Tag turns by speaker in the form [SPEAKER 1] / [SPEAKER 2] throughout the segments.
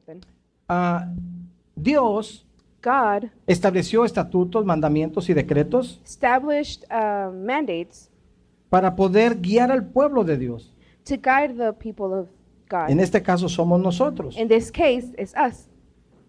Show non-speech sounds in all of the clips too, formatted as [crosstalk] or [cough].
[SPEAKER 1] something.
[SPEAKER 2] Ah, Dios
[SPEAKER 1] God
[SPEAKER 2] estableció estatutos, mandamientos y decretos
[SPEAKER 1] established uh, mandates
[SPEAKER 2] para poder guiar al pueblo de Dios.
[SPEAKER 1] to guide the people of God.
[SPEAKER 2] En este caso somos nosotros.
[SPEAKER 1] In this case, it's us.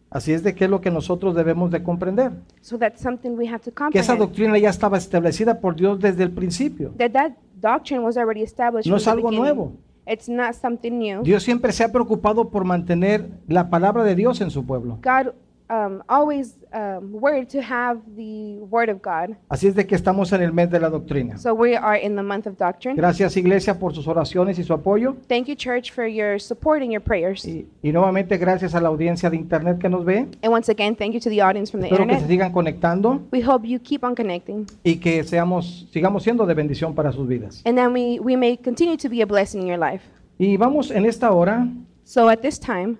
[SPEAKER 2] Así es de que es lo que nosotros debemos de comprender.
[SPEAKER 1] So that's something we have to
[SPEAKER 2] Que esa
[SPEAKER 1] comprehend.
[SPEAKER 2] doctrina ya estaba establecida por Dios desde el principio.
[SPEAKER 1] That that doctrine was already established. from
[SPEAKER 2] No es
[SPEAKER 1] the
[SPEAKER 2] algo
[SPEAKER 1] beginning.
[SPEAKER 2] nuevo.
[SPEAKER 1] It's not something new.
[SPEAKER 2] Dios siempre se ha preocupado por mantener la palabra de Dios en su pueblo.
[SPEAKER 1] God um, always um, worried to have the word of God.
[SPEAKER 2] Así es de que estamos en el mes de la doctrina.
[SPEAKER 1] So we are in the month of doctrine.
[SPEAKER 2] Gracias Iglesia por sus oraciones y su apoyo.
[SPEAKER 1] Thank you, church, for your support and your prayers.
[SPEAKER 2] Y, y nuevamente gracias a la audiencia de internet que nos ve.
[SPEAKER 1] And once again, thank you to the audience from the
[SPEAKER 2] Espero que se
[SPEAKER 1] internet.
[SPEAKER 2] sigan conectando
[SPEAKER 1] We hope you keep on connecting.
[SPEAKER 2] y que seamos, sigamos siendo de bendición para sus vidas.
[SPEAKER 1] And then we, we may continue to be a blessing in your life.
[SPEAKER 2] Y vamos en esta hora
[SPEAKER 1] So at this time,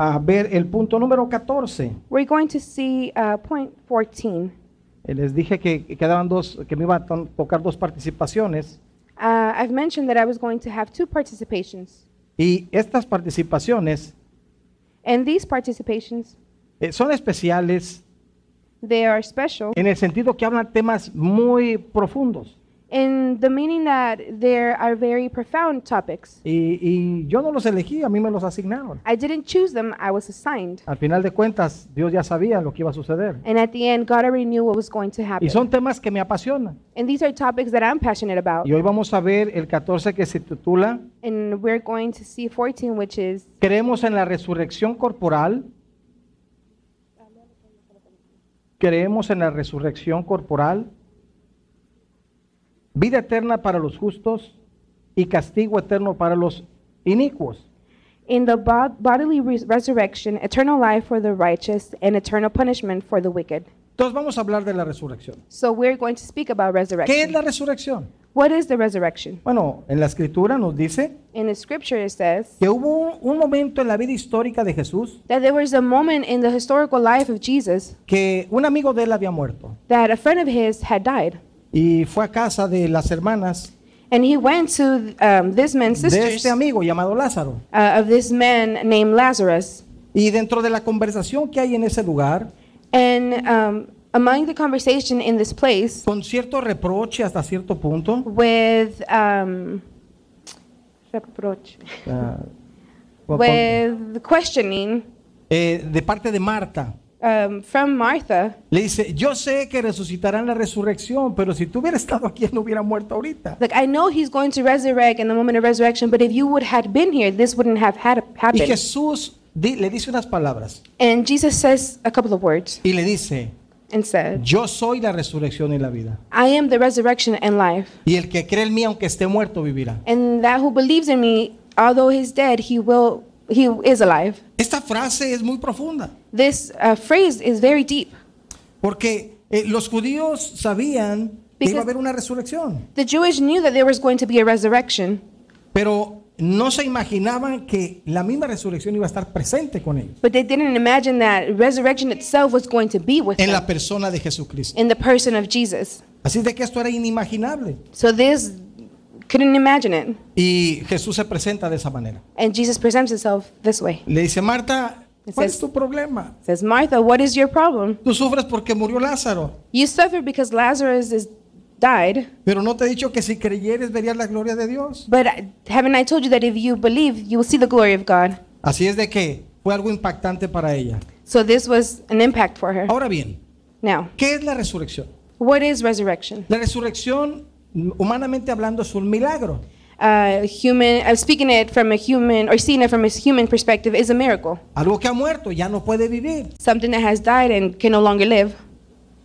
[SPEAKER 2] a ver el punto número 14.
[SPEAKER 1] we're going to see uh, point 14.
[SPEAKER 2] Eh, Les dije que que quedaban dos, que me iba a to- tocar dos participaciones
[SPEAKER 1] Uh, I've mentioned that I was going to have two participations.
[SPEAKER 2] y estas participaciones
[SPEAKER 1] And these participations,
[SPEAKER 2] eh, son especiales
[SPEAKER 1] they are special
[SPEAKER 2] en el sentido que hablan temas muy profundos
[SPEAKER 1] in the meaning that there are very profound topics.
[SPEAKER 2] y, y yo no los elegí, a mí me los asignaron.
[SPEAKER 1] I didn't choose them, I was assigned.
[SPEAKER 2] Al final de cuentas, Dios ya sabía lo que iba a suceder.
[SPEAKER 1] And at the end, God already knew what was going to
[SPEAKER 2] Y
[SPEAKER 1] happen.
[SPEAKER 2] son temas que me apasionan.
[SPEAKER 1] And these are topics that I'm passionate about.
[SPEAKER 2] Y hoy vamos a ver el 14 que se titula
[SPEAKER 1] And we're going to see 14, which is
[SPEAKER 2] Creemos en la resurrección corporal. Creemos en la resurrección corporal. Vida eterna para los justos y castigo eterno para los inicuos.
[SPEAKER 1] in the bod- bodily res- resurrection, eternal life for the righteous, and eternal punishment for the wicked.
[SPEAKER 2] Entonces vamos a hablar de la resurrección.
[SPEAKER 1] So we're going to speak about
[SPEAKER 2] ¿Qué es
[SPEAKER 1] resurrection.
[SPEAKER 2] la resurrección?
[SPEAKER 1] What is the resurrection?
[SPEAKER 2] Bueno, en la escritura nos dice
[SPEAKER 1] In the scripture, it says
[SPEAKER 2] que hubo un- un momento en la vida histórica de Jesús
[SPEAKER 1] that there was a moment in the historical life of Jesus
[SPEAKER 2] que un amigo de él había muerto
[SPEAKER 1] that a friend of his had died.
[SPEAKER 2] y fue a casa de las hermanas
[SPEAKER 1] And he went to um, this man's
[SPEAKER 2] de
[SPEAKER 1] sisters
[SPEAKER 2] este amigo llamado Lázaro.
[SPEAKER 1] uh, of this man named Lazarus.
[SPEAKER 2] Y dentro de la conversación que hay en ese lugar,
[SPEAKER 1] And um, among the conversation in this place,
[SPEAKER 2] con cierto reproche hasta cierto punto,
[SPEAKER 1] with um, reproach,
[SPEAKER 2] ah, con-
[SPEAKER 1] with questioning
[SPEAKER 2] eh, de parte de Marta,
[SPEAKER 1] um, from Martha.
[SPEAKER 2] le dice, yo sé que resucitarán la resurrección, pero si tú hubieras [laughs] estado aquí no hubiera muerto ahorita.
[SPEAKER 1] Like I know he's going to resurrect in the moment of resurrection, but if you would had been here, this wouldn't have had
[SPEAKER 2] Y
[SPEAKER 1] happened.
[SPEAKER 2] Jesús di- le dice unas palabras
[SPEAKER 1] And Jesus says a couple of words
[SPEAKER 2] y le dice,
[SPEAKER 1] and said,
[SPEAKER 2] yo soy la resurrección y la vida.
[SPEAKER 1] "I am the resurrection and life,
[SPEAKER 2] Y el que cree en mí, aunque esté muerto, vivirá.
[SPEAKER 1] and that who believes in me, although he's dead, he will he is alive."
[SPEAKER 2] Esta frase es muy profunda,
[SPEAKER 1] This uh, phrase is very deep.
[SPEAKER 2] porque eh, los judíos sabían que
[SPEAKER 1] Because-
[SPEAKER 2] iba a haber una resurrección.
[SPEAKER 1] The Jewish knew that there was going to be a resurrection,
[SPEAKER 2] Pero no se imaginaban que la misma resurrección iba a estar presente con ellos.
[SPEAKER 1] but they didn't imagine that resurrection itself was going to be with
[SPEAKER 2] En
[SPEAKER 1] them
[SPEAKER 2] la persona de Jesucristo.
[SPEAKER 1] in the person of Jesus.
[SPEAKER 2] Así de que esto era inimaginable.
[SPEAKER 1] So this couldn't imagine it.
[SPEAKER 2] Y Jesús se presenta de esa manera.
[SPEAKER 1] And Jesus presents himself this way.
[SPEAKER 2] Le dice, Marta,
[SPEAKER 1] Ese
[SPEAKER 2] ¿cuál
[SPEAKER 1] es-
[SPEAKER 2] es tu problema?
[SPEAKER 1] says, Martha, what is your problem?
[SPEAKER 2] Tú sufres porque murió Lázaro.
[SPEAKER 1] You suffer because Lazarus is died,
[SPEAKER 2] Pero no te he dicho que si creyeres verías la gloria de Dios.
[SPEAKER 1] but I- haven't I told you that if you believe, you will see the glory of God?
[SPEAKER 2] Así es de que fue algo impactante para ella.
[SPEAKER 1] So this was an impact for her.
[SPEAKER 2] Ahora bien,
[SPEAKER 1] Now,
[SPEAKER 2] ¿qué es la resurrección?
[SPEAKER 1] what is resurrection?
[SPEAKER 2] La resurrección, humanamente hablando, es un milagro.
[SPEAKER 1] Uh, human, uh, speaking it from a human or seeing it from a human perspective is a miracle.
[SPEAKER 2] Algo que ha muerto, ya no puede vivir.
[SPEAKER 1] Something that has died and can no longer live,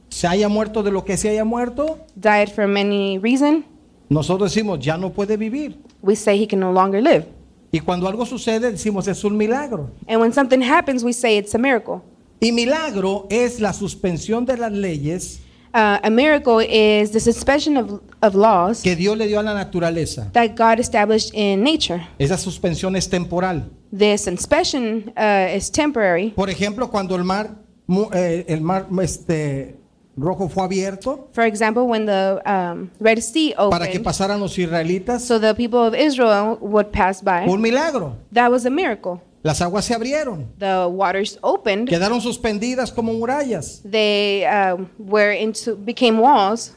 [SPEAKER 2] se haya muerto de lo que se haya muerto,
[SPEAKER 1] died for any reason.
[SPEAKER 2] nosotros decimos, ya no puede vivir.
[SPEAKER 1] We say he can no longer live.
[SPEAKER 2] Y cuando algo sucede, decimos, es un milagro.
[SPEAKER 1] And when something happens, we say it's a miracle.
[SPEAKER 2] Y milagro es la suspensión de las leyes
[SPEAKER 1] Uh, a miracle is the suspension of, of laws.
[SPEAKER 2] que Dios le dio a la naturaleza.
[SPEAKER 1] that God established in nature.
[SPEAKER 2] Esa suspensión es temporal.
[SPEAKER 1] The suspension uh, is temporary.
[SPEAKER 2] Por ejemplo, cuando el mar, mu- eh, el mar este, rojo fue abierto
[SPEAKER 1] For example, when the um, Red Sea
[SPEAKER 2] para que
[SPEAKER 1] opened,
[SPEAKER 2] pasaran los israelitas,
[SPEAKER 1] so the people of Israel would pass by.
[SPEAKER 2] fue un milagro.
[SPEAKER 1] That was a miracle.
[SPEAKER 2] Las aguas se abrieron,
[SPEAKER 1] The waters opened.
[SPEAKER 2] quedaron suspendidas como murallas
[SPEAKER 1] They um, were into became walls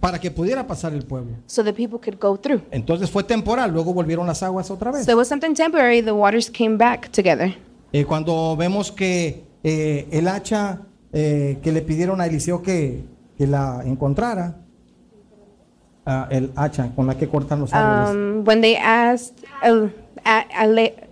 [SPEAKER 2] para que pudiera pasar el pueblo.
[SPEAKER 1] so that people could go through.
[SPEAKER 2] Entonces fue temporal, luego volvieron las aguas otra vez.
[SPEAKER 1] So it was something temporary. The waters came back together.
[SPEAKER 2] Eh, cuando vemos que eh, el hacha eh, que le pidieron a Eliseo que, que la encontrara, ah, el hacha con la que cortan los árboles,
[SPEAKER 1] Um, when they asked El- A- Ale-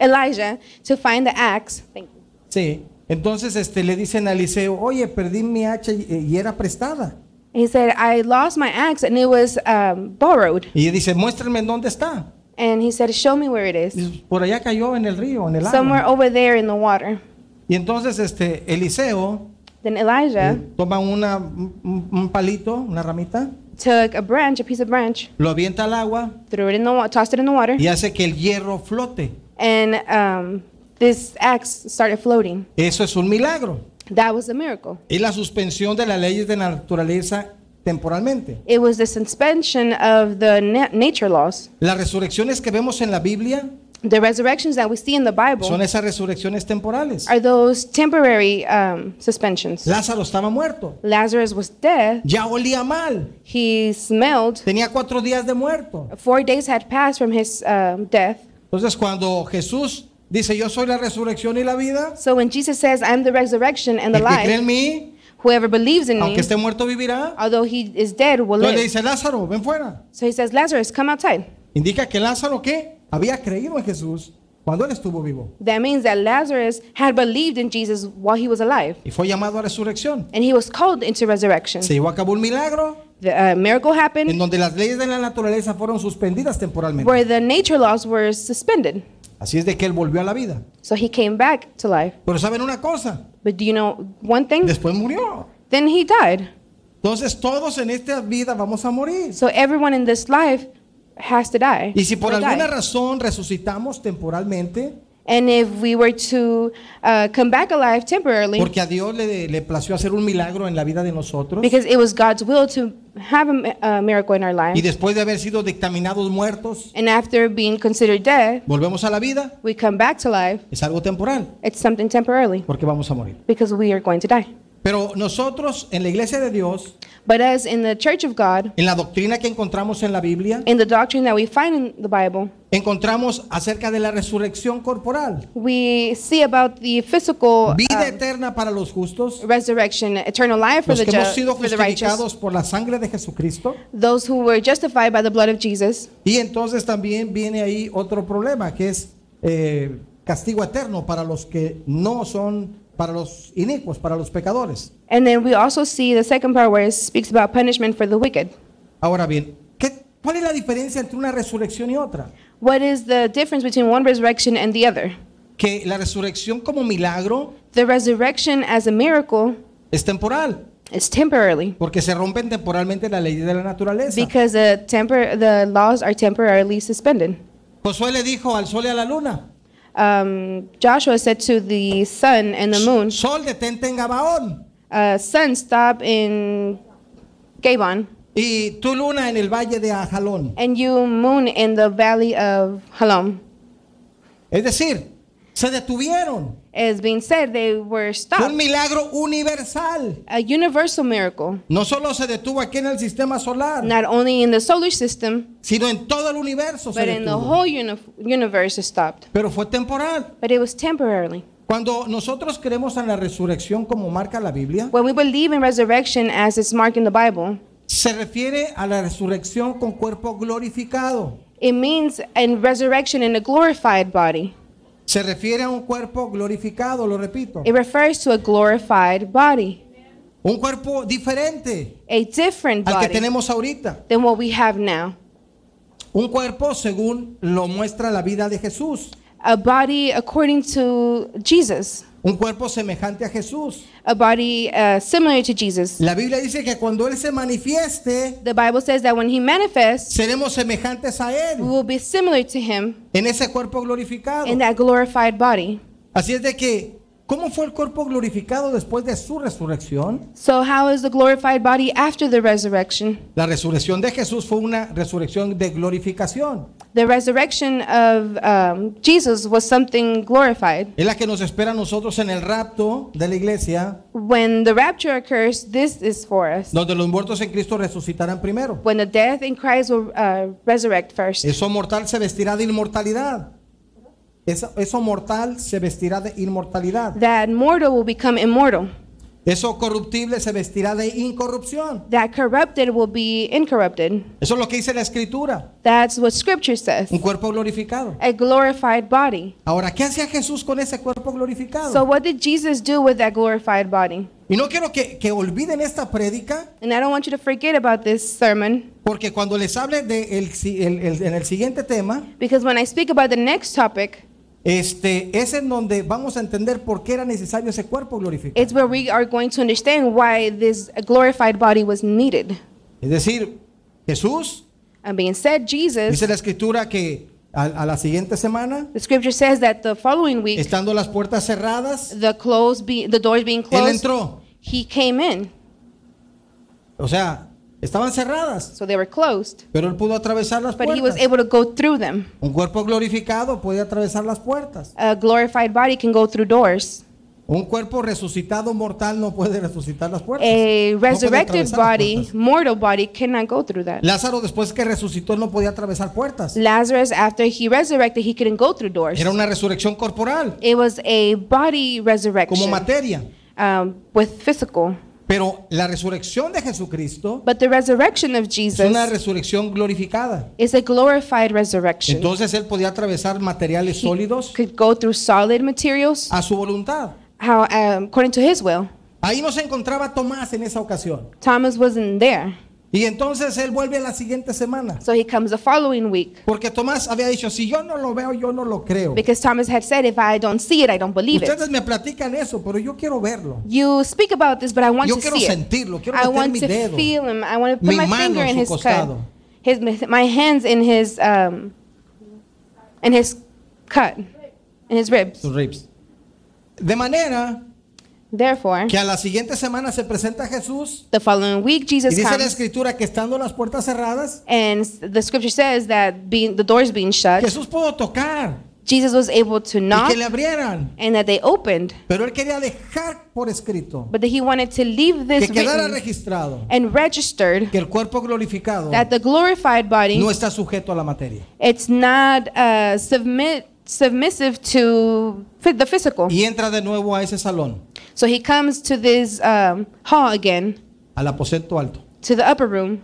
[SPEAKER 1] Elijah to find the axe, thank you.
[SPEAKER 2] sí. Entonces este, le dicen a Eliseo, oye, perdí mi hacha y, y era prestada.
[SPEAKER 1] he said, "I lost my axe and it was um, borrowed."
[SPEAKER 2] Y dice, muéstrenme en dónde está.
[SPEAKER 1] And he said, "Show me where it is.
[SPEAKER 2] Dice, Por allá cayó en el río, en el
[SPEAKER 1] Somewhere
[SPEAKER 2] agua.
[SPEAKER 1] over there in the water."
[SPEAKER 2] Y entonces este, Eliseo
[SPEAKER 1] Then Elijah
[SPEAKER 2] eh, toma una, un, un palito, una ramita,
[SPEAKER 1] took a branch, a piece of branch,
[SPEAKER 2] lo avienta al agua
[SPEAKER 1] threw it in the water, tossed it in the water,
[SPEAKER 2] y hace que el hierro flote.
[SPEAKER 1] and um, this axe started floating.
[SPEAKER 2] Eso es un milagro.
[SPEAKER 1] That was a miracle.
[SPEAKER 2] Es la suspensión de las leyes de la naturaleza temporalmente.
[SPEAKER 1] It was the suspension of the na- nature laws.
[SPEAKER 2] Las resurrecciones que vemos en la Biblia
[SPEAKER 1] The resurrections that we see in the
[SPEAKER 2] son
[SPEAKER 1] Bible
[SPEAKER 2] esas resurrecciones temporales.
[SPEAKER 1] are those temporary um, suspensions.
[SPEAKER 2] Lázaro estaba muerto,
[SPEAKER 1] Lazarus was dead.
[SPEAKER 2] ya olía mal,
[SPEAKER 1] He smelled.
[SPEAKER 2] tenía cuatro días de muerto.
[SPEAKER 1] Four days had passed from his um, death.
[SPEAKER 2] Entonces cuando Jesús dice yo soy la resurrección y la vida,
[SPEAKER 1] So when Jesus says, "I am the resurrection and
[SPEAKER 2] el
[SPEAKER 1] the
[SPEAKER 2] que cree
[SPEAKER 1] life,"
[SPEAKER 2] en mí,
[SPEAKER 1] whoever believes in
[SPEAKER 2] aunque
[SPEAKER 1] me,
[SPEAKER 2] esté muerto vivirá.
[SPEAKER 1] although he is dead, will
[SPEAKER 2] Entonces le
[SPEAKER 1] live.
[SPEAKER 2] dice Lázaro, ven fuera.
[SPEAKER 1] So he says, "Lazarus, come outside."
[SPEAKER 2] Indica que Lázaro qué? Había creído en Jesús cuando él estuvo vivo
[SPEAKER 1] That means that Lazarus had believed in Jesus while he was alive,
[SPEAKER 2] y fue llamado a resurrección.
[SPEAKER 1] and he was called into resurrection.
[SPEAKER 2] Se llevó a cabo un milagro
[SPEAKER 1] The uh, miracle happened
[SPEAKER 2] en donde las leyes de la naturaleza fueron suspendidas temporalmente.
[SPEAKER 1] where the nature laws were suspended.
[SPEAKER 2] Así es de que él volvió a la vida.
[SPEAKER 1] So he came back to life.
[SPEAKER 2] Pero saben una cosa,
[SPEAKER 1] But do you know one thing?
[SPEAKER 2] después murió.
[SPEAKER 1] Then he died.
[SPEAKER 2] Entonces todos en esta vida vamos a morir.
[SPEAKER 1] So everyone in this life has to die.
[SPEAKER 2] Y si por
[SPEAKER 1] will die.
[SPEAKER 2] alguna razón resucitamos temporalmente,
[SPEAKER 1] And if we were to uh, come back alive temporarily,
[SPEAKER 2] porque a Dios le, le plació hacer un milagro en la vida de nosotros,
[SPEAKER 1] because it was God's will to have a, mi- a miracle in our
[SPEAKER 2] y
[SPEAKER 1] life,
[SPEAKER 2] después de haber sido dictaminados muertos,
[SPEAKER 1] and after being considered dead,
[SPEAKER 2] volvemos a la vida,
[SPEAKER 1] we come back to life,
[SPEAKER 2] es algo temporal,
[SPEAKER 1] it's something temporarily
[SPEAKER 2] porque vamos a morir.
[SPEAKER 1] because we are going to die.
[SPEAKER 2] Pero nosotros en la iglesia de Dios,
[SPEAKER 1] But as in the church of God,
[SPEAKER 2] en la doctrina que encontramos en la Biblia,
[SPEAKER 1] in the doctrine that we find in the Bible,
[SPEAKER 2] encontramos acerca de la resurrección corporal,
[SPEAKER 1] we see about the physical
[SPEAKER 2] vida
[SPEAKER 1] um,
[SPEAKER 2] eterna para los justos,
[SPEAKER 1] resurrection, eternal life for
[SPEAKER 2] los
[SPEAKER 1] the,
[SPEAKER 2] que hemos
[SPEAKER 1] ju-
[SPEAKER 2] sido
[SPEAKER 1] for the righteous,
[SPEAKER 2] justificados por la sangre de Jesucristo.
[SPEAKER 1] those who were justified by the blood of Jesus.
[SPEAKER 2] Y entonces también viene ahí otro problema, que es eh, castigo eterno para los que no son, para los inicuos, para los pecadores.
[SPEAKER 1] And then we also see the second part where it speaks about punishment for the wicked.
[SPEAKER 2] Ahora bien, ¿qué, ¿cuál es la diferencia entre una resurrección y otra?
[SPEAKER 1] What is the difference between one resurrection and the other?
[SPEAKER 2] Que la resurrección como milagro
[SPEAKER 1] The resurrection as a miracle
[SPEAKER 2] es temporal,
[SPEAKER 1] is temporarily
[SPEAKER 2] porque se rompen temporalmente las leyes de la naturaleza.
[SPEAKER 1] because the, tempor- the laws are temporarily suspended.
[SPEAKER 2] Josué le dijo al sol y a la luna,
[SPEAKER 1] Um, Joshua said to the sun and the moon,
[SPEAKER 2] sol detente en Gabaón
[SPEAKER 1] uh, Sun, stop in Gabon,
[SPEAKER 2] y tu luna en el valle de Ajalón.
[SPEAKER 1] and you, moon, in the valley of Halom.
[SPEAKER 2] Es decir, se detuvieron.
[SPEAKER 1] As being said, they were
[SPEAKER 2] Fue un
[SPEAKER 1] stopped.
[SPEAKER 2] milagro universal.
[SPEAKER 1] A universal miracle,
[SPEAKER 2] No solo se detuvo aquí en el sistema solar,
[SPEAKER 1] not only in the solar system,
[SPEAKER 2] sino en todo el universo. Se
[SPEAKER 1] but in the
[SPEAKER 2] detuvo.
[SPEAKER 1] whole uni- universe is stopped.
[SPEAKER 2] Pero fue temporal.
[SPEAKER 1] But it was temporarily.
[SPEAKER 2] Cuando nosotros creemos en la resurrección como marca la Biblia,
[SPEAKER 1] When we believe in resurrection as it's marked in the Bible,
[SPEAKER 2] se refiere a la resurrección con cuerpo glorificado.
[SPEAKER 1] it means in resurrection in a glorified body.
[SPEAKER 2] Se refiere a un cuerpo glorificado, lo repito.
[SPEAKER 1] It refers to a glorified body,
[SPEAKER 2] Un cuerpo diferente
[SPEAKER 1] a different
[SPEAKER 2] al que
[SPEAKER 1] body
[SPEAKER 2] tenemos ahorita.
[SPEAKER 1] than what we have now.
[SPEAKER 2] Un cuerpo según lo muestra la vida de Jesús.
[SPEAKER 1] A body according to Jesus,
[SPEAKER 2] Un cuerpo semejante a Jesús.
[SPEAKER 1] a body uh, similar to Jesus.
[SPEAKER 2] La Biblia dice que cuando Él se manifieste,
[SPEAKER 1] The Bible says that when he manifests,
[SPEAKER 2] seremos semejantes a Él.
[SPEAKER 1] we will be similar to him
[SPEAKER 2] en ese cuerpo glorificado.
[SPEAKER 1] in that glorified body.
[SPEAKER 2] Así es de que, ¿cómo fue el cuerpo glorificado después de su resurrección?
[SPEAKER 1] So, how is the glorified body after the resurrection?
[SPEAKER 2] La resurrección de Jesús fue una resurrección de glorificación.
[SPEAKER 1] The resurrection of um, Jesus was something glorified.
[SPEAKER 2] Es la que nos espera a nosotros en el rapto de la iglesia,
[SPEAKER 1] When the rapture occurs, this is for us.
[SPEAKER 2] donde los muertos en Cristo resucitarán primero.
[SPEAKER 1] When the death in Christ will uh, resurrect first.
[SPEAKER 2] Eso mortal se vestirá de inmortalidad. Eso, eso mortal se vestirá de inmortalidad.
[SPEAKER 1] That mortal will become immortal.
[SPEAKER 2] Eso corruptible se vestirá de incorrupción.
[SPEAKER 1] That corrupted will be incorrupted.
[SPEAKER 2] Eso es lo que dice la escritura.
[SPEAKER 1] That's what Scripture says.
[SPEAKER 2] Un cuerpo glorificado.
[SPEAKER 1] A glorified body.
[SPEAKER 2] Ahora, ¿qué hacía Jesús con ese cuerpo
[SPEAKER 1] So,
[SPEAKER 2] glorificado?
[SPEAKER 1] what did Jesus do with that glorified body?
[SPEAKER 2] Y no quiero que, que olviden esta prédica,
[SPEAKER 1] And I don't want you to forget about this sermon
[SPEAKER 2] porque cuando les hable de el si- el- el- en el siguiente tema,
[SPEAKER 1] because when I speak about the next topic,
[SPEAKER 2] este, es en donde vamos a entender por qué era necesario ese cuerpo glorificado.
[SPEAKER 1] it's where we are going to understand why this glorified body was needed.
[SPEAKER 2] Es decir, Jesús,
[SPEAKER 1] And being said, Jesus,
[SPEAKER 2] dice la escritura que a- a la siguiente semana
[SPEAKER 1] the scripture says that the following week,
[SPEAKER 2] Estando las puertas cerradas,
[SPEAKER 1] the close be, the doors being
[SPEAKER 2] él
[SPEAKER 1] closed,
[SPEAKER 2] entró.
[SPEAKER 1] he came in.
[SPEAKER 2] O sea, estaban cerradas,
[SPEAKER 1] So they were closed,
[SPEAKER 2] pero él pudo atravesar las
[SPEAKER 1] but he was
[SPEAKER 2] puertas.
[SPEAKER 1] able to go through them.
[SPEAKER 2] Un cuerpo glorificado puede atravesar las puertas.
[SPEAKER 1] A glorified body can go through doors.
[SPEAKER 2] Un cuerpo resucitado mortal no puede resucitar las puertas.
[SPEAKER 1] A
[SPEAKER 2] No puede
[SPEAKER 1] resurrected
[SPEAKER 2] atravesar las
[SPEAKER 1] body,
[SPEAKER 2] puertas.
[SPEAKER 1] mortal body, cannot go through that.
[SPEAKER 2] Lázaro después que resucitó él no podía atravesar puertas.
[SPEAKER 1] Lazarus, after he resurrected, he couldn't go through doors.
[SPEAKER 2] Era una resurrección corporal,
[SPEAKER 1] It was a body
[SPEAKER 2] como
[SPEAKER 1] resurrection
[SPEAKER 2] materia.
[SPEAKER 1] um, with physical.
[SPEAKER 2] Pero la resurrección de Jesucristo
[SPEAKER 1] But the resurrection of
[SPEAKER 2] es una
[SPEAKER 1] Jesus
[SPEAKER 2] resurrección glorificada.
[SPEAKER 1] is a glorified resurrection.
[SPEAKER 2] Entonces él podía atravesar materiales
[SPEAKER 1] He
[SPEAKER 2] sólidos Ah.
[SPEAKER 1] could go through solid materials
[SPEAKER 2] a su voluntad.
[SPEAKER 1] how, um, according to his will.
[SPEAKER 2] Ahí no se encontraba Tomás en esa ocasión.
[SPEAKER 1] Thomas wasn't there.
[SPEAKER 2] Y entonces él vuelve la siguiente semana.
[SPEAKER 1] So he comes the following week
[SPEAKER 2] Porque Tomás había dicho, si yo no lo veo, yo no lo creo.
[SPEAKER 1] because Thomas had said, If I don't see it, I don't believe it.
[SPEAKER 2] Ustedes me platican eso, pero yo quiero verlo.
[SPEAKER 1] You speak about this, but I want
[SPEAKER 2] Yo
[SPEAKER 1] to
[SPEAKER 2] quiero
[SPEAKER 1] see
[SPEAKER 2] sentirlo,
[SPEAKER 1] it.
[SPEAKER 2] quiero
[SPEAKER 1] I
[SPEAKER 2] meter
[SPEAKER 1] want
[SPEAKER 2] mi
[SPEAKER 1] to
[SPEAKER 2] dedo,
[SPEAKER 1] feel him. I want to
[SPEAKER 2] mi
[SPEAKER 1] put my
[SPEAKER 2] mano
[SPEAKER 1] finger
[SPEAKER 2] en
[SPEAKER 1] in his
[SPEAKER 2] su
[SPEAKER 1] cut.
[SPEAKER 2] costado.
[SPEAKER 1] His, my hands in his, um, in his cut, in his ribs.
[SPEAKER 2] Sus ribs. De manera
[SPEAKER 1] Therefore,
[SPEAKER 2] que a la siguiente semana se presenta Jesús
[SPEAKER 1] the following week,
[SPEAKER 2] y
[SPEAKER 1] Jesus
[SPEAKER 2] dice la
[SPEAKER 1] comes,
[SPEAKER 2] escritura que estando las puertas cerradas,
[SPEAKER 1] and s- the scripture says that being, the doors being shut,
[SPEAKER 2] Jesús pudo tocar
[SPEAKER 1] Jesus was able to
[SPEAKER 2] y
[SPEAKER 1] knock
[SPEAKER 2] que le abrieran.
[SPEAKER 1] and that they opened,
[SPEAKER 2] Pero él quería dejar por escrito
[SPEAKER 1] but that he wanted to leave
[SPEAKER 2] que
[SPEAKER 1] this
[SPEAKER 2] quedara
[SPEAKER 1] written
[SPEAKER 2] registrado
[SPEAKER 1] and registered
[SPEAKER 2] que el cuerpo glorificado
[SPEAKER 1] that the glorified body
[SPEAKER 2] no está sujeto a la materia.
[SPEAKER 1] it's not uh, submit submissive to fi- the physical.
[SPEAKER 2] Y entra de nuevo a ese salón,
[SPEAKER 1] So he comes to this um, hall again,
[SPEAKER 2] al aposento alto.
[SPEAKER 1] to the upper room.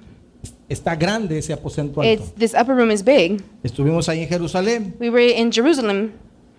[SPEAKER 2] Está grande ese aposento alto.
[SPEAKER 1] It's this upper room is big.
[SPEAKER 2] Estuvimos ahí en Jerusalén.
[SPEAKER 1] We were in Jerusalem,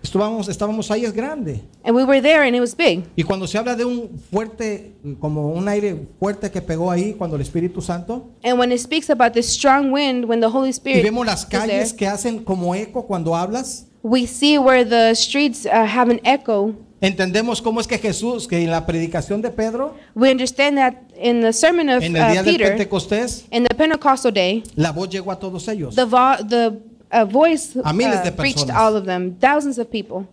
[SPEAKER 2] Estuvamos, estábamos ahí, es grande.
[SPEAKER 1] and we were there, and it was big.
[SPEAKER 2] Y cuando se habla de un fuerte, como un aire fuerte que pegó ahí cuando el Espíritu Santo,
[SPEAKER 1] And when it speaks about this strong wind, when the Holy
[SPEAKER 2] y
[SPEAKER 1] Spirit
[SPEAKER 2] vemos las
[SPEAKER 1] is there,
[SPEAKER 2] calles que hacen como eco cuando hablas,
[SPEAKER 1] we see where the streets uh, have an echo.
[SPEAKER 2] entendemos cómo es que Jesús, que en la predicación de Pedro,
[SPEAKER 1] We understand that in the sermon of
[SPEAKER 2] en el
[SPEAKER 1] uh,
[SPEAKER 2] día de
[SPEAKER 1] Peter,
[SPEAKER 2] Pentecostés,
[SPEAKER 1] in the Pentecostal day,
[SPEAKER 2] la voz llegó a todos ellos,
[SPEAKER 1] the vo- the uh, voice
[SPEAKER 2] A miles de
[SPEAKER 1] uh, reached
[SPEAKER 2] personas.
[SPEAKER 1] all of them, thousands of people.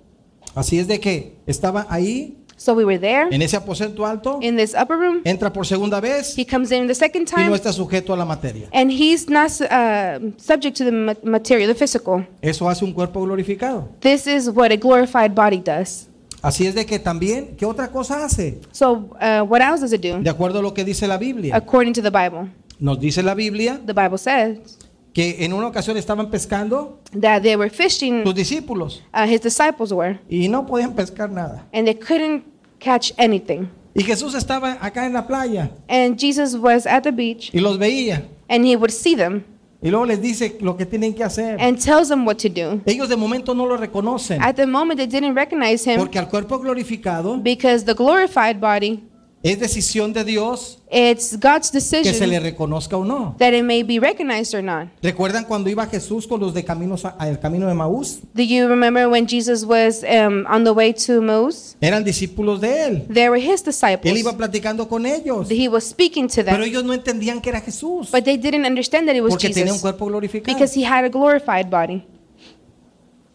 [SPEAKER 2] Así es de que estaba ahí,
[SPEAKER 1] So we were there
[SPEAKER 2] en ese aposento alto,
[SPEAKER 1] in this upper room.
[SPEAKER 2] entra por segunda vez
[SPEAKER 1] He comes in the second
[SPEAKER 2] y no
[SPEAKER 1] time,
[SPEAKER 2] está sujeto a la materia.
[SPEAKER 1] and he's not uh, subject to the ma- material, the physical.
[SPEAKER 2] Eso hace un cuerpo glorificado.
[SPEAKER 1] This is what a glorified body does.
[SPEAKER 2] Así es de que también, ¿qué otra cosa hace?
[SPEAKER 1] So, uh, what else does it do?
[SPEAKER 2] De acuerdo a lo que dice la Biblia.
[SPEAKER 1] According to the Bible,
[SPEAKER 2] Nos dice la Biblia
[SPEAKER 1] the Bible says
[SPEAKER 2] que en una ocasión estaban pescando
[SPEAKER 1] that they were fishing.
[SPEAKER 2] sus discípulos
[SPEAKER 1] Uh, his disciples were,
[SPEAKER 2] y no podían pescar nada.
[SPEAKER 1] and they couldn't catch anything.
[SPEAKER 2] Y Jesús estaba acá en la playa
[SPEAKER 1] And Jesus was at the beach,
[SPEAKER 2] y los veía
[SPEAKER 1] and he would see them
[SPEAKER 2] y luego les dice lo que tienen que hacer.
[SPEAKER 1] and tells them what to do.
[SPEAKER 2] Ellos de momento no lo reconocen
[SPEAKER 1] At the moment, they didn't recognize him
[SPEAKER 2] porque al cuerpo glorificado
[SPEAKER 1] because the glorified body,
[SPEAKER 2] es decisión de Dios
[SPEAKER 1] it's God's
[SPEAKER 2] que se le
[SPEAKER 1] decision
[SPEAKER 2] reconozca o no.
[SPEAKER 1] that it may be recognized or not.
[SPEAKER 2] ¿Recuerdan cuando iba Jesús con los de caminos a- al camino de Maús?
[SPEAKER 1] Do you remember when Jesus was um, on the way to Moos?
[SPEAKER 2] Eran discípulos de él.
[SPEAKER 1] There were his
[SPEAKER 2] Él
[SPEAKER 1] disciples.
[SPEAKER 2] iba platicando con ellos.
[SPEAKER 1] He was speaking to
[SPEAKER 2] Pero
[SPEAKER 1] them,
[SPEAKER 2] ellos no entendían que era Jesús.
[SPEAKER 1] but they didn't understand that it was
[SPEAKER 2] Porque tenía
[SPEAKER 1] Pues, Jesus
[SPEAKER 2] un cuerpo glorificado.
[SPEAKER 1] because he had a glorified body.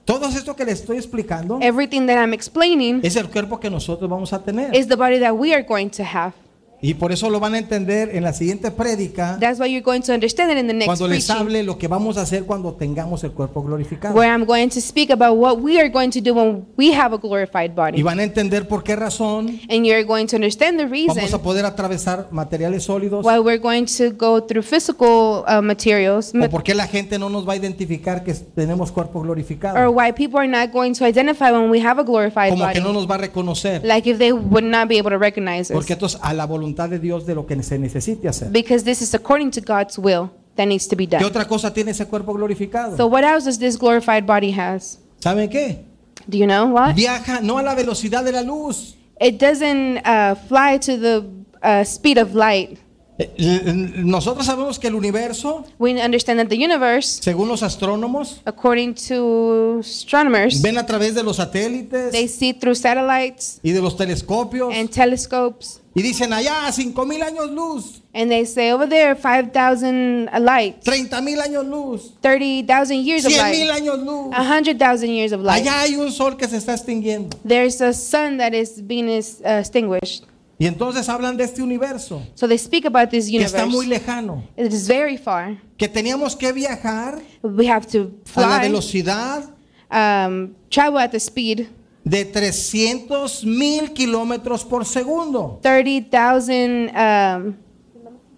[SPEAKER 2] Todo esto que les estoy explicando
[SPEAKER 1] Eh, Everything that I'm explaining
[SPEAKER 2] es el cuerpo que nosotros vamos a tener.
[SPEAKER 1] is the body that we are going to have.
[SPEAKER 2] Y por eso lo van a entender en la siguiente prédica,
[SPEAKER 1] That's why you're going to understand it in the next
[SPEAKER 2] cuando les
[SPEAKER 1] preaching,
[SPEAKER 2] hable lo que vamos a hacer cuando tengamos el cuerpo glorificado.
[SPEAKER 1] where I'm going to speak about what we are going to do when we have a glorified
[SPEAKER 2] Y
[SPEAKER 1] body.
[SPEAKER 2] van a entender por qué razón
[SPEAKER 1] And you're going to understand the
[SPEAKER 2] vamos a
[SPEAKER 1] reason
[SPEAKER 2] poder atravesar materiales sólidos
[SPEAKER 1] why we're going to go through physical uh, materials ma-
[SPEAKER 2] o por qué la gente no nos va a identificar que tenemos cuerpo
[SPEAKER 1] or
[SPEAKER 2] glorificado,
[SPEAKER 1] why people are not going to identify when we have a glorified
[SPEAKER 2] como que no
[SPEAKER 1] body.
[SPEAKER 2] nos va a reconocer,
[SPEAKER 1] Like if they would not be able to recognize us.
[SPEAKER 2] porque esto es a la voluntad de Dios de lo que se necesite hacer.
[SPEAKER 1] Because this is according to God's will that needs to be
[SPEAKER 2] ¿Qué
[SPEAKER 1] done.
[SPEAKER 2] otra cosa tiene ese cuerpo glorificado?
[SPEAKER 1] So what else does this glorified body has?
[SPEAKER 2] ¿Saben qué?
[SPEAKER 1] Do you know what?
[SPEAKER 2] Viaja no a la velocidad de la luz.
[SPEAKER 1] It doesn't uh, fly to the uh, speed of light.
[SPEAKER 2] Eh, l- l- Nosotros sabemos que el universo,
[SPEAKER 1] We understand that the universe,
[SPEAKER 2] según los astrónomos,
[SPEAKER 1] according to astronomers,
[SPEAKER 2] ven a través de los
[SPEAKER 1] they
[SPEAKER 2] satélites
[SPEAKER 1] see through satellites
[SPEAKER 2] y de los telescopios
[SPEAKER 1] and telescopes,
[SPEAKER 2] y dicen allá a 5000 años luz,
[SPEAKER 1] and they say over there 5,000 lights,
[SPEAKER 2] 30000 años luz,
[SPEAKER 1] 30,000 years of
[SPEAKER 2] 100000
[SPEAKER 1] light,
[SPEAKER 2] años luz.
[SPEAKER 1] 100,000 years of light.
[SPEAKER 2] Allá hay un sol que se está extinguiendo.
[SPEAKER 1] There's a sun that is being is- uh, extinguished.
[SPEAKER 2] Y entonces hablan de este universo
[SPEAKER 1] So they speak about this
[SPEAKER 2] que está muy
[SPEAKER 1] universe.
[SPEAKER 2] lejano,
[SPEAKER 1] It is very far.
[SPEAKER 2] que teníamos que viajar
[SPEAKER 1] We have to
[SPEAKER 2] a la
[SPEAKER 1] fly,
[SPEAKER 2] velocidad
[SPEAKER 1] um, travel at the speed
[SPEAKER 2] de 300 mil kilómetros por segundo.
[SPEAKER 1] 30,000 um,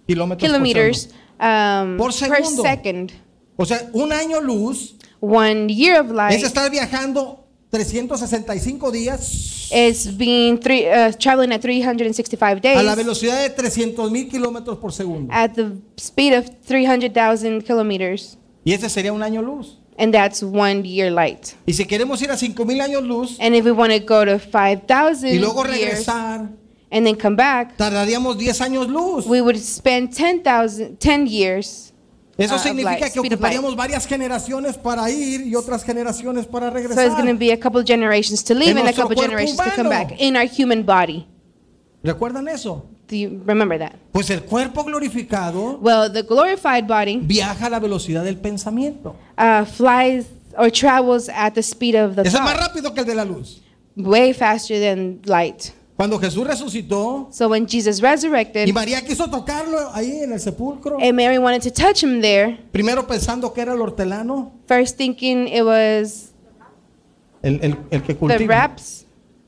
[SPEAKER 2] Kilómetros por
[SPEAKER 1] kilometers
[SPEAKER 2] segundo.
[SPEAKER 1] um,
[SPEAKER 2] Por
[SPEAKER 1] per
[SPEAKER 2] segundo.
[SPEAKER 1] second.
[SPEAKER 2] O sea, un año luz
[SPEAKER 1] One year of
[SPEAKER 2] es
[SPEAKER 1] light
[SPEAKER 2] estar viajando 365 días
[SPEAKER 1] is being three, uh, traveling at 365
[SPEAKER 2] a la
[SPEAKER 1] days
[SPEAKER 2] velocidad de 300 mil kilómetros por segundo.
[SPEAKER 1] at the speed of 300,000 kilometers.
[SPEAKER 2] Y ese sería un año luz.
[SPEAKER 1] And that's one year light.
[SPEAKER 2] Y si queremos ir a 5 mil años luz
[SPEAKER 1] And if we want to go to 5,000
[SPEAKER 2] y luego
[SPEAKER 1] years
[SPEAKER 2] regresar,
[SPEAKER 1] and then come back,
[SPEAKER 2] tardaríamos 10 años luz.
[SPEAKER 1] we would spend 10,000 10 years.
[SPEAKER 2] Eso
[SPEAKER 1] Ah, of
[SPEAKER 2] significa
[SPEAKER 1] light,
[SPEAKER 2] que
[SPEAKER 1] speed of light.
[SPEAKER 2] ocuparíamos varias generaciones para ir y otras generaciones para
[SPEAKER 1] So it's going to
[SPEAKER 2] regresar.
[SPEAKER 1] be a couple generations to
[SPEAKER 2] En
[SPEAKER 1] leave and a
[SPEAKER 2] nuestro
[SPEAKER 1] couple
[SPEAKER 2] cuerpo
[SPEAKER 1] generations to come
[SPEAKER 2] humano.
[SPEAKER 1] back in our human body.
[SPEAKER 2] ¿Recuerdan eso?
[SPEAKER 1] Do you remember that?
[SPEAKER 2] Pues el cuerpo glorificado
[SPEAKER 1] Well, the glorified body
[SPEAKER 2] viaja a la velocidad del pensamiento.
[SPEAKER 1] uh, flies or travels at the speed of the
[SPEAKER 2] Ese es más
[SPEAKER 1] thought,
[SPEAKER 2] rápido que el de la luz.
[SPEAKER 1] way faster than light.
[SPEAKER 2] Cuando Jesús resucitó
[SPEAKER 1] So when Jesus
[SPEAKER 2] y
[SPEAKER 1] resurrected
[SPEAKER 2] María quiso tocarlo ahí en el sepulcro,
[SPEAKER 1] and Mary wanted to touch him there,
[SPEAKER 2] primero pensando que era el hortelano,
[SPEAKER 1] first thinking it was
[SPEAKER 2] el, el- el que
[SPEAKER 1] the
[SPEAKER 2] cultiva.
[SPEAKER 1] wraps,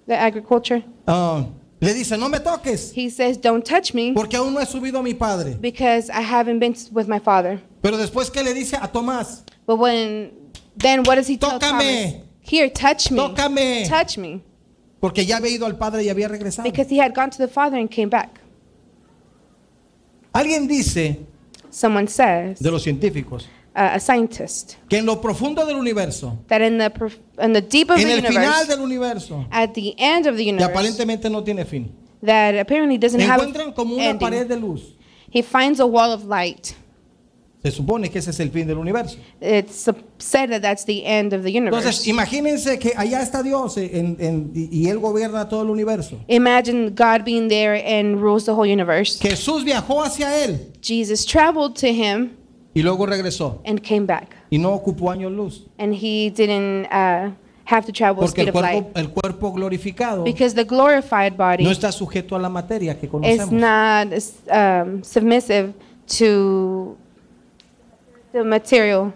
[SPEAKER 1] the agriculture,
[SPEAKER 2] Ah, le dice, no me toques,
[SPEAKER 1] he says, Don't touch me
[SPEAKER 2] porque aún no he subido a mi Padre.
[SPEAKER 1] because I haven't been with my father.
[SPEAKER 2] Pero después que le dice a Tomás,
[SPEAKER 1] But when then what does he tell
[SPEAKER 2] Tócame.
[SPEAKER 1] Thomas? Here, touch me.
[SPEAKER 2] Tócame.
[SPEAKER 1] Touch me.
[SPEAKER 2] porque ya había ido al Padre y había regresado.
[SPEAKER 1] Because he had gone to the Father and came back.
[SPEAKER 2] Alguien dice
[SPEAKER 1] Someone says,
[SPEAKER 2] de los científicos
[SPEAKER 1] uh, a scientist,
[SPEAKER 2] que en lo profundo del universo,
[SPEAKER 1] that in the prof- in the deep of
[SPEAKER 2] en
[SPEAKER 1] the
[SPEAKER 2] el final
[SPEAKER 1] universe,
[SPEAKER 2] del universo,
[SPEAKER 1] at the end of the
[SPEAKER 2] que
[SPEAKER 1] universe,
[SPEAKER 2] aparentemente no tiene fin,
[SPEAKER 1] that apparently doesn't have
[SPEAKER 2] encuentran
[SPEAKER 1] an
[SPEAKER 2] como una pared
[SPEAKER 1] ending,
[SPEAKER 2] de luz.
[SPEAKER 1] he finds a wall of light.
[SPEAKER 2] Se supone que ese es el fin del universo.
[SPEAKER 1] It's sup- said that that's the end of the
[SPEAKER 2] Entonces,
[SPEAKER 1] universe.
[SPEAKER 2] imagínense que allá está Dios eh, en- en- y y Él gobierna todo el universo.
[SPEAKER 1] Imagine God being there and rules the whole universe.
[SPEAKER 2] Jesús viajó hacia Él
[SPEAKER 1] Jesus traveled to him
[SPEAKER 2] y luego regresó
[SPEAKER 1] and came back.
[SPEAKER 2] y no ocupó años luz.
[SPEAKER 1] and he didn't uh, have to travel the
[SPEAKER 2] Porque
[SPEAKER 1] speed
[SPEAKER 2] el
[SPEAKER 1] of light
[SPEAKER 2] cuerpo, el cuerpo glorificado
[SPEAKER 1] because the glorified body
[SPEAKER 2] no está sujeto a la materia que
[SPEAKER 1] is
[SPEAKER 2] conocemos.
[SPEAKER 1] not um, submissive to the material.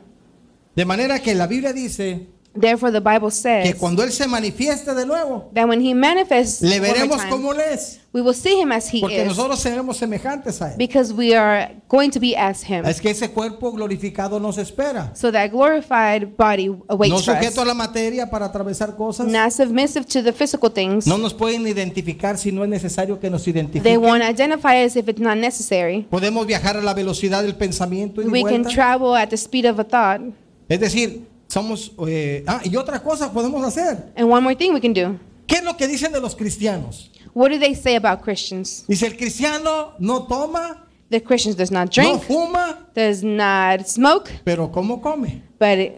[SPEAKER 2] De manera que la Biblia dice
[SPEAKER 1] Therefore, the Bible says
[SPEAKER 2] que cuando Él se manifieste de nuevo,
[SPEAKER 1] that when he manifests,
[SPEAKER 2] le
[SPEAKER 1] one more
[SPEAKER 2] veremos
[SPEAKER 1] time,
[SPEAKER 2] como Él es.
[SPEAKER 1] we will see him as he
[SPEAKER 2] Porque
[SPEAKER 1] is
[SPEAKER 2] nosotros seremos semejantes a Él.
[SPEAKER 1] because we are going to be as him.
[SPEAKER 2] Es que ese cuerpo glorificado nos espera.
[SPEAKER 1] So that glorified body awaits
[SPEAKER 2] No
[SPEAKER 1] for us.
[SPEAKER 2] sujeto a la materia para atravesar cosas.
[SPEAKER 1] Not submissive to the physical things.
[SPEAKER 2] No nos pueden identificar si no es necesario que nos
[SPEAKER 1] They
[SPEAKER 2] identifiquen.
[SPEAKER 1] won't identify us if it's not necessary.
[SPEAKER 2] Podemos viajar a la velocidad del pensamiento y
[SPEAKER 1] We can
[SPEAKER 2] vuelta.
[SPEAKER 1] travel at the speed of a thought.
[SPEAKER 2] Es decir, somos... eh, ah, y otra cosa podemos hacer.
[SPEAKER 1] And one more thing we can do.
[SPEAKER 2] ¿Qué es lo que dicen de los cristianos?
[SPEAKER 1] What do they say about Christians?
[SPEAKER 2] Dice, el cristiano no toma,
[SPEAKER 1] The Christians does not
[SPEAKER 2] no
[SPEAKER 1] drink,
[SPEAKER 2] fuma,
[SPEAKER 1] does not smoke,
[SPEAKER 2] pero ¿cómo come?
[SPEAKER 1] but it-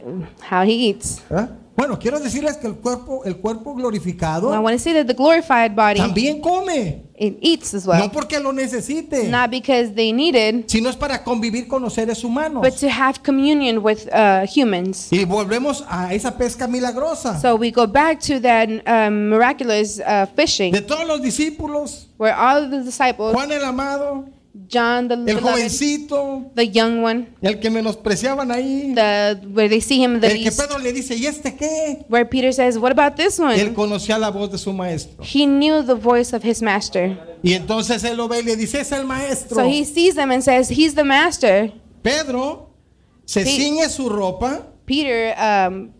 [SPEAKER 1] how he eats.
[SPEAKER 2] ¿Verdad? Bueno, quiero decirles que el cuerpo, el cuerpo
[SPEAKER 1] Well, I
[SPEAKER 2] glorificado
[SPEAKER 1] want to say that the glorified body
[SPEAKER 2] Oh. también come.
[SPEAKER 1] it eats as
[SPEAKER 2] No
[SPEAKER 1] well.
[SPEAKER 2] porque lo necesite,
[SPEAKER 1] Not because they need it,
[SPEAKER 2] sino es para convivir con los seres humanos.
[SPEAKER 1] but to have communion with uh, humans.
[SPEAKER 2] Y volvemos a esa pesca milagrosa.
[SPEAKER 1] So we go back to that um, miraculous uh, fishing
[SPEAKER 2] De todos los discípulos,
[SPEAKER 1] where all of the disciples,
[SPEAKER 2] Juan el amado,
[SPEAKER 1] John the
[SPEAKER 2] el
[SPEAKER 1] beloved,
[SPEAKER 2] jovencito,
[SPEAKER 1] the young one,
[SPEAKER 2] el que menospreciaban ahí,
[SPEAKER 1] the where they see him in the
[SPEAKER 2] el que
[SPEAKER 1] least,
[SPEAKER 2] Pedro le dice, ¿y este qué?
[SPEAKER 1] where Peter says, "What about this
[SPEAKER 2] Él
[SPEAKER 1] one?"
[SPEAKER 2] conocía la voz de su maestro.
[SPEAKER 1] He knew the voice of his master.
[SPEAKER 2] Y entonces él lo ve y le dice, es el maestro.
[SPEAKER 1] So he sees them and says, He's the master.
[SPEAKER 2] Pedro se
[SPEAKER 1] Sí.
[SPEAKER 2] ciñe su ropa,
[SPEAKER 1] Peter, um,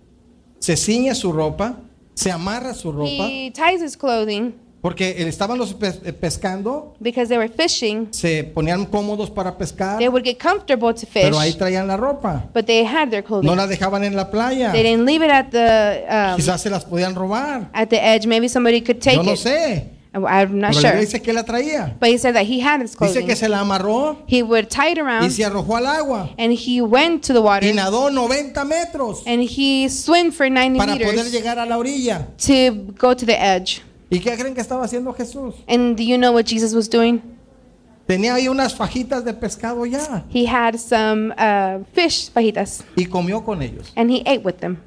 [SPEAKER 2] se ciñe su ropa, se amarra su ropa,
[SPEAKER 1] he ties his clothing
[SPEAKER 2] porque eh, estaban los pes- eh, pescando,
[SPEAKER 1] because they were fishing.
[SPEAKER 2] se ponían cómodos para pescar,
[SPEAKER 1] They would get comfortable to fish,
[SPEAKER 2] pero ahí traían la ropa.
[SPEAKER 1] but they had their
[SPEAKER 2] No
[SPEAKER 1] clothing.
[SPEAKER 2] la dejaban en la playa.
[SPEAKER 1] They didn't leave it at the um,
[SPEAKER 2] Quizás se las podían robar.
[SPEAKER 1] at the edge. Maybe somebody could take
[SPEAKER 2] Yo no
[SPEAKER 1] it.
[SPEAKER 2] sé.
[SPEAKER 1] I- I'm
[SPEAKER 2] Pero
[SPEAKER 1] not
[SPEAKER 2] la Biblia
[SPEAKER 1] sure.
[SPEAKER 2] dice que la traía.
[SPEAKER 1] But he said that he had his
[SPEAKER 2] Dice
[SPEAKER 1] clothing. Ah.
[SPEAKER 2] que se la amarró
[SPEAKER 1] He would tie it
[SPEAKER 2] y
[SPEAKER 1] around,
[SPEAKER 2] se arrojó al agua.
[SPEAKER 1] and he went to the
[SPEAKER 2] Y
[SPEAKER 1] water,
[SPEAKER 2] nadó 90 metros
[SPEAKER 1] and he swam for 90
[SPEAKER 2] para poder
[SPEAKER 1] meters
[SPEAKER 2] llegar a la orilla.
[SPEAKER 1] to go to the edge.
[SPEAKER 2] ¿Y qué creen que estaba haciendo Jesús?
[SPEAKER 1] And do you know what Jesus was doing?
[SPEAKER 2] Tenía ahí unas fajitas de pescado ya
[SPEAKER 1] He had some uh, fish fajitas.
[SPEAKER 2] y comió con ellos.
[SPEAKER 1] and he ate with them.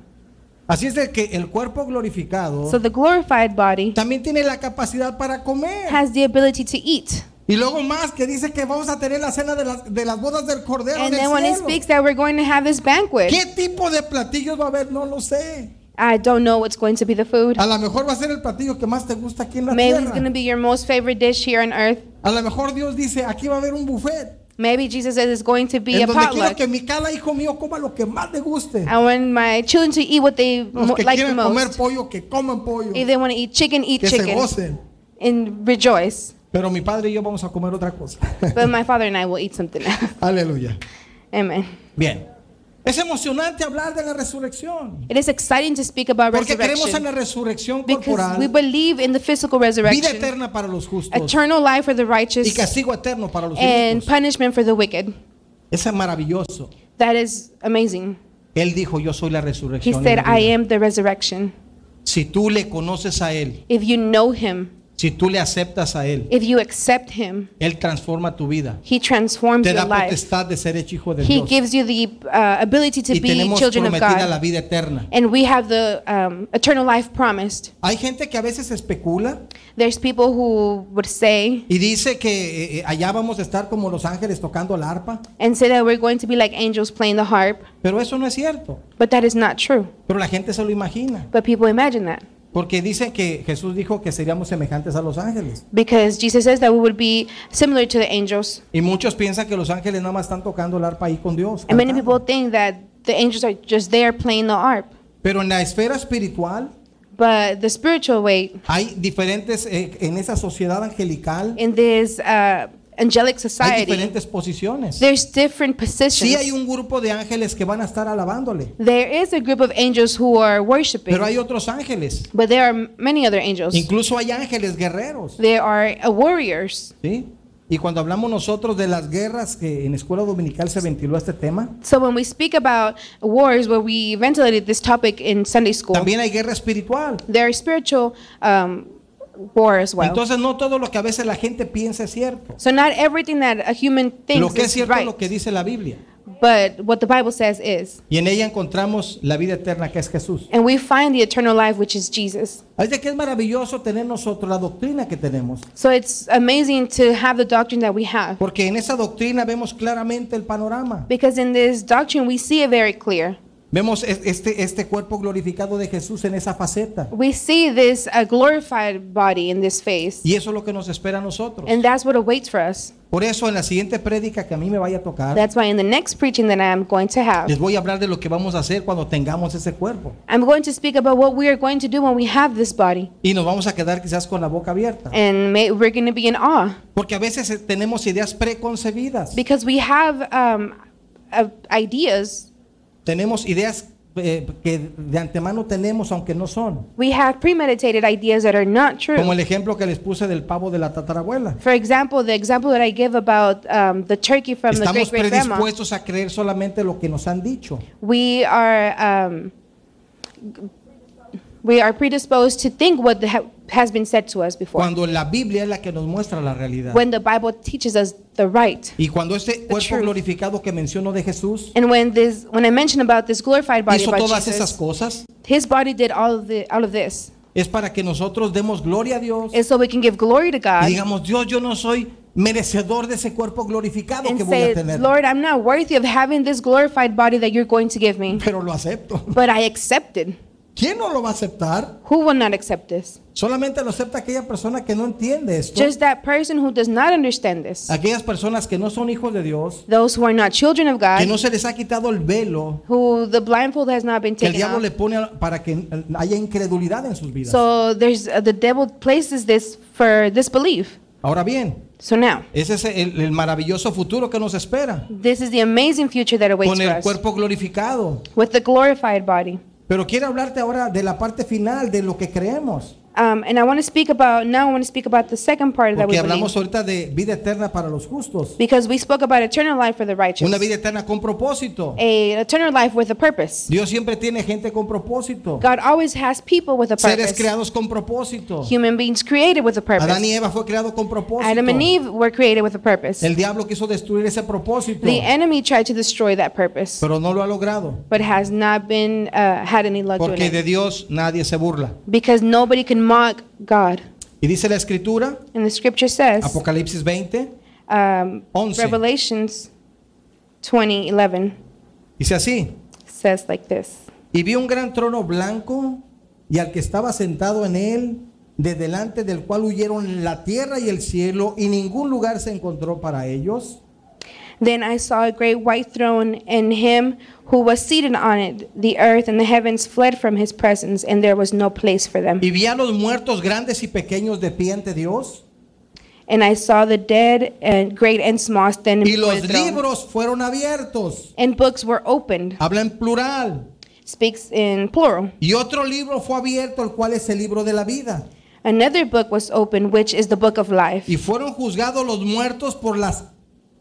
[SPEAKER 2] Así es de que el cuerpo glorificado
[SPEAKER 1] So the glorified body
[SPEAKER 2] también tiene la capacidad para comer.
[SPEAKER 1] has the ability to eat.
[SPEAKER 2] Y luego más que dice que vamos a tener la cena de las, de las bodas del Cordero en
[SPEAKER 1] And
[SPEAKER 2] el
[SPEAKER 1] then when it
[SPEAKER 2] cielo.
[SPEAKER 1] speaks that we're going to have this banquet,
[SPEAKER 2] ¿Qué tipo de platillos va a haber? No lo sé.
[SPEAKER 1] I don't know what's going to be the food.
[SPEAKER 2] A lo mejor va a ser el platillo que más te gusta aquí en la
[SPEAKER 1] Maybe it's going to
[SPEAKER 2] tierra.
[SPEAKER 1] be your most favorite dish here on earth.
[SPEAKER 2] A lo mejor Dios dice, aquí va a haber un buffet.
[SPEAKER 1] Maybe Jesus says it's going to be
[SPEAKER 2] En
[SPEAKER 1] a
[SPEAKER 2] donde quiero
[SPEAKER 1] potluck.
[SPEAKER 2] que mi cada hijo mío coma lo que más le guste.
[SPEAKER 1] I want my children to eat what they
[SPEAKER 2] Los
[SPEAKER 1] mo-
[SPEAKER 2] que
[SPEAKER 1] like the
[SPEAKER 2] quieran comer
[SPEAKER 1] most.
[SPEAKER 2] pollo, que coman pollo.
[SPEAKER 1] If
[SPEAKER 2] Que
[SPEAKER 1] they want to eat chicken, eat
[SPEAKER 2] se
[SPEAKER 1] chicken
[SPEAKER 2] gocen.
[SPEAKER 1] and rejoice.
[SPEAKER 2] Pero mi padre y yo vamos a comer otra cosa. [laughs]
[SPEAKER 1] But my father and I will eat something else. [laughs]
[SPEAKER 2] Aleluya.
[SPEAKER 1] Amen.
[SPEAKER 2] Bien. Es emocionante hablar de la resurrección.
[SPEAKER 1] It is exciting to speak about
[SPEAKER 2] Porque creemos
[SPEAKER 1] resurrection
[SPEAKER 2] en la resurrección
[SPEAKER 1] because we
[SPEAKER 2] corporal,
[SPEAKER 1] believe in the physical
[SPEAKER 2] vida
[SPEAKER 1] resurrection,
[SPEAKER 2] eterna para los justos
[SPEAKER 1] eternal life for the
[SPEAKER 2] y
[SPEAKER 1] righteous,
[SPEAKER 2] castigo eterno para los
[SPEAKER 1] and
[SPEAKER 2] justos.
[SPEAKER 1] punishment for the wicked.
[SPEAKER 2] Ese es maravilloso.
[SPEAKER 1] That is amazing.
[SPEAKER 2] Él dijo, yo soy la
[SPEAKER 1] He
[SPEAKER 2] resurrección. y
[SPEAKER 1] said,
[SPEAKER 2] la
[SPEAKER 1] I
[SPEAKER 2] vida".
[SPEAKER 1] am the resurrection.
[SPEAKER 2] Si tú le conoces a Él,
[SPEAKER 1] If you know him,
[SPEAKER 2] si tú le aceptas a Él,
[SPEAKER 1] if you accept him,
[SPEAKER 2] Él transforma tu vida.
[SPEAKER 1] he transforms
[SPEAKER 2] Te
[SPEAKER 1] your
[SPEAKER 2] da
[SPEAKER 1] life.
[SPEAKER 2] potestad de ser hecho hijo de
[SPEAKER 1] He
[SPEAKER 2] Dios.
[SPEAKER 1] gives you the uh, ability to
[SPEAKER 2] Y
[SPEAKER 1] be
[SPEAKER 2] tenemos
[SPEAKER 1] children of
[SPEAKER 2] prometida la
[SPEAKER 1] God.
[SPEAKER 2] vida eterna.
[SPEAKER 1] And we have the um, eternal life promised.
[SPEAKER 2] Hay gente que a veces especula
[SPEAKER 1] There's people who would say
[SPEAKER 2] y dice que eh, eh, allá vamos a estar como los ángeles tocando la arpa,
[SPEAKER 1] and say that we're going to be like angels playing the harp,
[SPEAKER 2] pero eso no es cierto.
[SPEAKER 1] but that is not true.
[SPEAKER 2] Pero la gente se lo imagina,
[SPEAKER 1] But people imagine that
[SPEAKER 2] porque dice que Jesús dijo que seríamos semejantes a los ángeles.
[SPEAKER 1] because Jesus says that we would be similar to the angels.
[SPEAKER 2] Y muchos piensan que los ángeles nada más están tocando el arpa ahí con Dios.
[SPEAKER 1] And many people
[SPEAKER 2] cantando.
[SPEAKER 1] think that the angels are just there playing the harp.
[SPEAKER 2] Pero en la esfera espiritual
[SPEAKER 1] But the spiritual way
[SPEAKER 2] hay diferentes, eh, en esa sociedad angelical,
[SPEAKER 1] in this uh, angelic
[SPEAKER 2] hay
[SPEAKER 1] society,
[SPEAKER 2] diferentes posiciones.
[SPEAKER 1] there's different
[SPEAKER 2] Sí hay
[SPEAKER 1] positions.
[SPEAKER 2] un grupo de ángeles que van a estar alabándole,
[SPEAKER 1] There is a group of angels who are worshiping,
[SPEAKER 2] pero hay otros ángeles.
[SPEAKER 1] but there are many other angels.
[SPEAKER 2] Incluso hay ángeles guerreros.
[SPEAKER 1] There are uh, warriors.
[SPEAKER 2] ¿Sí? Y cuando hablamos nosotros de las guerras, que en Escuela Dominical se ventiló este tema,
[SPEAKER 1] So when we speak about wars, where we ventilated this topic in Sunday school,
[SPEAKER 2] también hay guerra espiritual.
[SPEAKER 1] there are spiritual um, war as well.
[SPEAKER 2] Entonces no todo lo que a veces la gente piensa es cierto.
[SPEAKER 1] So not everything that a human
[SPEAKER 2] Lo
[SPEAKER 1] thinks
[SPEAKER 2] que es
[SPEAKER 1] is
[SPEAKER 2] cierto es
[SPEAKER 1] right,
[SPEAKER 2] lo que dice la Biblia.
[SPEAKER 1] but what the Bible says is.
[SPEAKER 2] Y en ella encontramos la vida eterna que es Jesús.
[SPEAKER 1] And we find the eternal life, which is Jesus.
[SPEAKER 2] Así de que es maravilloso tener nosotros la doctrina que tenemos.
[SPEAKER 1] So it's amazing to have the doctrine that we have.
[SPEAKER 2] Porque en esa doctrina vemos claramente el panorama.
[SPEAKER 1] Because in this doctrine, we see it very clear.
[SPEAKER 2] Vemos es- este, este cuerpo glorificado de Jesús en esa faceta.
[SPEAKER 1] We see this uh, glorified body in this face,
[SPEAKER 2] Y eso es lo que nos espera a nosotros.
[SPEAKER 1] and that's what awaits for us.
[SPEAKER 2] Por eso en la siguiente prédica que a mí me vaya a tocar,
[SPEAKER 1] That's why in the next preaching that I'm going to
[SPEAKER 2] Les
[SPEAKER 1] have,
[SPEAKER 2] voy a hablar de lo que vamos a hacer cuando tengamos ese cuerpo.
[SPEAKER 1] I'm going to speak about what we are going to do when we have this body,
[SPEAKER 2] Y nos vamos a quedar quizás con la boca abierta.
[SPEAKER 1] and may, we're going to be in awe
[SPEAKER 2] Porque a veces eh, tenemos ideas preconcebidas.
[SPEAKER 1] because we have um, uh, ideas,
[SPEAKER 2] Tenemos ideas eh, que de antemano tenemos, aunque no son.
[SPEAKER 1] we have premeditated ideas that are not
[SPEAKER 2] Como
[SPEAKER 1] true.
[SPEAKER 2] el ejemplo que les puse del pavo de la tatarabuela.
[SPEAKER 1] For example, the example that I give about um, the turkey from the great
[SPEAKER 2] Estamos
[SPEAKER 1] great grandma.
[SPEAKER 2] predispuestos a creer solamente lo que nos han dicho.
[SPEAKER 1] we are um, we are predisposed to think what the, has been said to us before.
[SPEAKER 2] Cuando la Biblia es la que nos muestra la realidad.
[SPEAKER 1] when the Bible teaches us the right.
[SPEAKER 2] Y cuando este cuerpo
[SPEAKER 1] truth.
[SPEAKER 2] glorificado que menciono de Jesús
[SPEAKER 1] And when this when I mentioned about this glorified body
[SPEAKER 2] hizo
[SPEAKER 1] of our
[SPEAKER 2] todas esas
[SPEAKER 1] Jesus,
[SPEAKER 2] cosas,
[SPEAKER 1] his body did all of the all of this.
[SPEAKER 2] es para que nosotros demos gloria a Dios
[SPEAKER 1] And so we can give glory to
[SPEAKER 2] y
[SPEAKER 1] God
[SPEAKER 2] digamos, Dios, yo no soy merecedor de ese cuerpo glorificado
[SPEAKER 1] and
[SPEAKER 2] que voy a
[SPEAKER 1] say,
[SPEAKER 2] tener,
[SPEAKER 1] Lord, I'm not worthy of having this glorified body that you're going to give me.
[SPEAKER 2] pero lo acepto. [laughs]
[SPEAKER 1] But I accept it.
[SPEAKER 2] ¿Quién no lo va a aceptar?
[SPEAKER 1] Who will not accept this?
[SPEAKER 2] Solamente lo acepta aquella persona que no entiende esto.
[SPEAKER 1] Just that person who does not understand this.
[SPEAKER 2] Aquellas personas que no son hijos de Dios,
[SPEAKER 1] Those who are not children of
[SPEAKER 2] que
[SPEAKER 1] God,
[SPEAKER 2] no se les ha quitado el velo
[SPEAKER 1] who the blindfold has not been
[SPEAKER 2] que el
[SPEAKER 1] taken
[SPEAKER 2] diablo
[SPEAKER 1] off.
[SPEAKER 2] le pone a- para que haya incredulidad en sus vidas.
[SPEAKER 1] So there's uh, the devil places this for disbelief.
[SPEAKER 2] Ahora bien,
[SPEAKER 1] So now,
[SPEAKER 2] ese es el, el maravilloso futuro que nos espera
[SPEAKER 1] this is the amazing future that awaits
[SPEAKER 2] con
[SPEAKER 1] for
[SPEAKER 2] el
[SPEAKER 1] us
[SPEAKER 2] cuerpo glorificado.
[SPEAKER 1] with the glorified body.
[SPEAKER 2] Pero quiero hablarte ahora de la parte final de lo que creemos,
[SPEAKER 1] Um, and I want to speak about now. I want to speak about the second part that we
[SPEAKER 2] porque hablamos
[SPEAKER 1] believe
[SPEAKER 2] ahorita de vida eterna para los justos,
[SPEAKER 1] because we spoke about eternal life for the righteous,
[SPEAKER 2] una vida eterna con propósito.
[SPEAKER 1] a eternal life with a purpose.
[SPEAKER 2] Dios siempre tiene gente con propósito,
[SPEAKER 1] God always has people with a
[SPEAKER 2] seres
[SPEAKER 1] purpose.
[SPEAKER 2] creados con propósito.
[SPEAKER 1] Human beings created with a
[SPEAKER 2] Adán y
[SPEAKER 1] purpose.
[SPEAKER 2] Eva fue creado con propósito.
[SPEAKER 1] Adam and Eve were created with a purpose.
[SPEAKER 2] El diablo quiso destruir ese propósito,
[SPEAKER 1] The enemy tried to destroy that purpose,
[SPEAKER 2] pero no lo ha logrado,
[SPEAKER 1] but has not been uh, had any luck doing
[SPEAKER 2] porque
[SPEAKER 1] it
[SPEAKER 2] de Dios nadie se burla.
[SPEAKER 1] because nobody can mock God.
[SPEAKER 2] Y dice la escritura,
[SPEAKER 1] And the scripture says,
[SPEAKER 2] Apocalipsis 20,
[SPEAKER 1] um,
[SPEAKER 2] Once.
[SPEAKER 1] Revelations 20:11
[SPEAKER 2] dice así,
[SPEAKER 1] says like this.
[SPEAKER 2] y vi un gran trono blanco y al que estaba sentado en él, de delante del cual huyeron la tierra y el cielo y ningún lugar se encontró para ellos.
[SPEAKER 1] Then I saw a great white throne, and him who was seated on it. The earth and the heavens fled from his presence, and there was no place for them.
[SPEAKER 2] Y vi a los muertos grandes y pequeños de pie ante Dios.
[SPEAKER 1] And I saw the dead, and great and small, standing
[SPEAKER 2] Y
[SPEAKER 1] before
[SPEAKER 2] los
[SPEAKER 1] the throne.
[SPEAKER 2] libros fueron abiertos.
[SPEAKER 1] And books were opened.
[SPEAKER 2] Habla en plural.
[SPEAKER 1] Speaks in plural.
[SPEAKER 2] Y otro libro fue abierto, el cual es el libro de la vida.
[SPEAKER 1] Another book was opened, which is the book of life.
[SPEAKER 2] Y fueron juzgados los muertos por las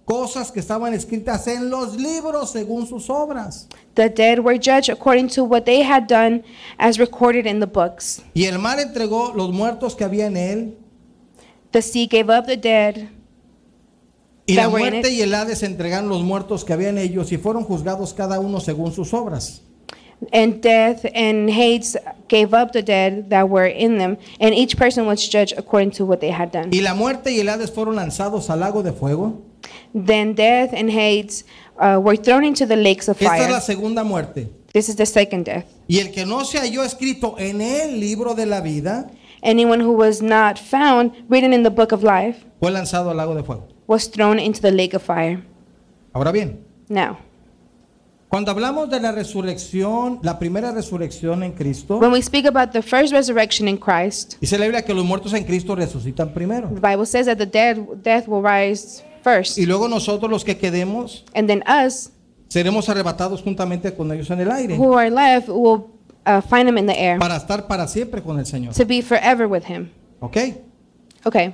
[SPEAKER 2] cosas que estaban escritas en los libros según sus obras.
[SPEAKER 1] The dead were judged according to what they had done, as recorded in the books.
[SPEAKER 2] Y el mar entregó los muertos que había en él.
[SPEAKER 1] The sea gave up the dead.
[SPEAKER 2] Y la
[SPEAKER 1] That were in
[SPEAKER 2] muerte
[SPEAKER 1] it.
[SPEAKER 2] y el Hades entregaron los muertos que había en ellos y fueron juzgados cada uno según sus obras.
[SPEAKER 1] And death and Hades gave up the dead that were in them, and each person was judged according to what they had done.
[SPEAKER 2] Y la muerte y el Hades fueron lanzados al lago de fuego.
[SPEAKER 1] Then death and Hades uh, were thrown into the lakes of
[SPEAKER 2] Esta es
[SPEAKER 1] fire.
[SPEAKER 2] la segunda muerte.
[SPEAKER 1] This is the second death.
[SPEAKER 2] Y el que no se halló escrito en el libro de la vida
[SPEAKER 1] Anyone who was not found written in the book of life
[SPEAKER 2] fue lanzado al lago de fuego.
[SPEAKER 1] was thrown into the lake of fire.
[SPEAKER 2] Ahora bien,
[SPEAKER 1] Now,
[SPEAKER 2] cuando hablamos de la resurrección, la primera resurrección en Cristo,
[SPEAKER 1] when we speak about the first resurrection in Christ,
[SPEAKER 2] dice la Biblia que los muertos en Cristo resucitan primero.
[SPEAKER 1] the Bible says that the dead death will rise first,
[SPEAKER 2] Y luego nosotros los que quedemos
[SPEAKER 1] and then us
[SPEAKER 2] seremos arrebatados juntamente con ellos en el aire
[SPEAKER 1] who are left will uh, find him in the air
[SPEAKER 2] para estar para siempre con el Señor.
[SPEAKER 1] to be forever with him.
[SPEAKER 2] ¿Ok?
[SPEAKER 1] Okay.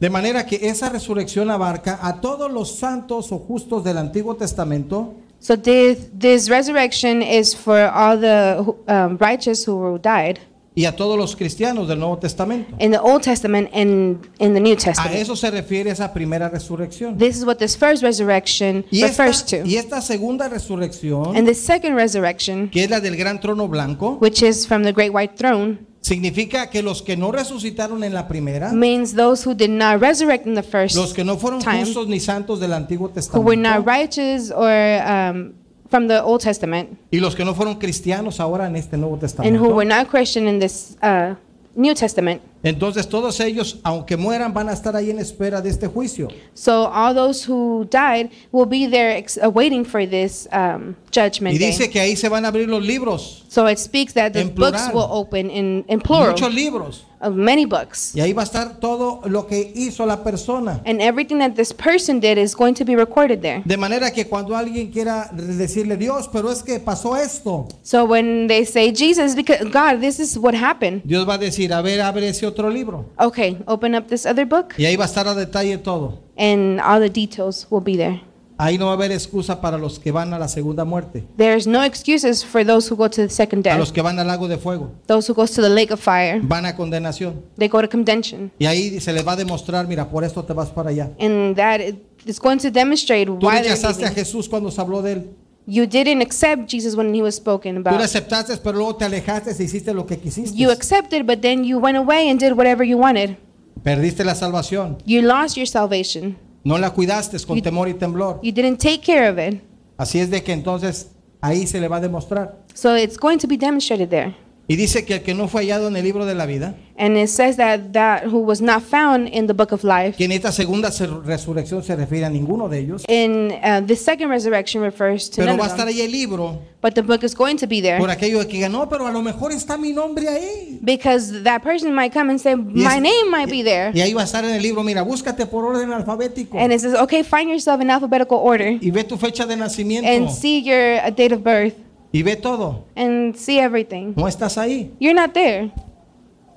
[SPEAKER 2] De manera que esa resurrección abarca a todos los santos o justos del Antiguo Testamento
[SPEAKER 1] So this, this resurrection is for all the who- um, righteous who were died
[SPEAKER 2] y a todos los cristianos del Nuevo Testamento.
[SPEAKER 1] in the Old Testament and in the New
[SPEAKER 2] A
[SPEAKER 1] Testament.
[SPEAKER 2] Ah, eso se refiere esa primera resurrección.
[SPEAKER 1] This is what this first resurrection
[SPEAKER 2] Y esta,
[SPEAKER 1] refers
[SPEAKER 2] y
[SPEAKER 1] to.
[SPEAKER 2] esta segunda resurrección,
[SPEAKER 1] And the second resurrection,
[SPEAKER 2] que es la del gran trono blanco,
[SPEAKER 1] which is from the great white throne,
[SPEAKER 2] significa que los que no resucitaron en la primera,
[SPEAKER 1] means those who did not resurrect in the first,
[SPEAKER 2] Ah. los que no fueron
[SPEAKER 1] time.
[SPEAKER 2] justos ni santos del Antiguo
[SPEAKER 1] who were not
[SPEAKER 2] Testamento,
[SPEAKER 1] righteous or um, from the Old Testament,
[SPEAKER 2] y los que no fueron cristianos ahora en este Nuevo
[SPEAKER 1] and who
[SPEAKER 2] Testamento.
[SPEAKER 1] were not Christian in this uh, New Testament.
[SPEAKER 2] Entonces todos ellos, aunque mueran, van a estar ahí en espera de este juicio.
[SPEAKER 1] So all those who died will be there ex- uh, waiting for this um, judgment
[SPEAKER 2] Y
[SPEAKER 1] day.
[SPEAKER 2] dice que ahí se van a abrir los libros,
[SPEAKER 1] So it speaks that the
[SPEAKER 2] En
[SPEAKER 1] books
[SPEAKER 2] plural.
[SPEAKER 1] will open in, in plural
[SPEAKER 2] muchos libros.
[SPEAKER 1] of many books.
[SPEAKER 2] Y ahí va a estar todo lo que hizo la persona.
[SPEAKER 1] And everything that this person did is going to be recorded there.
[SPEAKER 2] De manera que cuando alguien quiera decirle Dios, pero es que pasó esto,
[SPEAKER 1] So when they say Jesus, because God, this is what happened.
[SPEAKER 2] Dios va a decir, a ver, abre ese otro libro.
[SPEAKER 1] Okay, open up this other book
[SPEAKER 2] Y ahí va a estar a detalle todo.
[SPEAKER 1] and all the details will be there.
[SPEAKER 2] Ahí no va a haber excusa para los que van a la segunda muerte,
[SPEAKER 1] There's no excuses for those who go to the second
[SPEAKER 2] a los
[SPEAKER 1] death.
[SPEAKER 2] que van al lago de fuego,
[SPEAKER 1] Those who goes to the lake of fire,
[SPEAKER 2] van a condenación.
[SPEAKER 1] they go to condemnation.
[SPEAKER 2] Y ahí se les va a demostrar, mira, por esto te vas para allá.
[SPEAKER 1] And that is going to demonstrate
[SPEAKER 2] Tú
[SPEAKER 1] why they're
[SPEAKER 2] rechazaste a
[SPEAKER 1] leaving.
[SPEAKER 2] Jesús cuando se habló de él.
[SPEAKER 1] You didn't accept Jesus when he was spoken
[SPEAKER 2] Tú lo
[SPEAKER 1] about.
[SPEAKER 2] aceptaste, pero luego te alejaste e hiciste lo que quisiste.
[SPEAKER 1] You accepted, but then you went away and did whatever you wanted.
[SPEAKER 2] Perdiste la salvación.
[SPEAKER 1] You lost your salvation.
[SPEAKER 2] No la cuidaste con
[SPEAKER 1] You-
[SPEAKER 2] temor y temblor.
[SPEAKER 1] You didn't take care of it.
[SPEAKER 2] Así es de que entonces ahí se le va a demostrar.
[SPEAKER 1] So it's going to be demonstrated there.
[SPEAKER 2] Y dice que el que no fue hallado en el libro de la vida,
[SPEAKER 1] And it says that that who was not found in the book of life.
[SPEAKER 2] que en esta segunda se- resurrección se refiere a ninguno de ellos,
[SPEAKER 1] In uh, the second resurrection refers to
[SPEAKER 2] pero
[SPEAKER 1] none
[SPEAKER 2] va a
[SPEAKER 1] of
[SPEAKER 2] estar
[SPEAKER 1] them.
[SPEAKER 2] ahí el libro
[SPEAKER 1] But the book is going to be
[SPEAKER 2] por
[SPEAKER 1] there
[SPEAKER 2] aquello de que ganó, pero a lo mejor está mi nombre ahí.
[SPEAKER 1] because that person might come and say,
[SPEAKER 2] Y
[SPEAKER 1] "My
[SPEAKER 2] es-
[SPEAKER 1] name might be there,"
[SPEAKER 2] Y ahí va a estar en el libro, mira, búscate por orden alfabético
[SPEAKER 1] and it says, "Okay, find yourself in alphabetical order
[SPEAKER 2] y ve tu fecha de nacimiento
[SPEAKER 1] and see your uh, date of birth
[SPEAKER 2] y ve todo.
[SPEAKER 1] and see everything."
[SPEAKER 2] No estás ahí.
[SPEAKER 1] You're not there.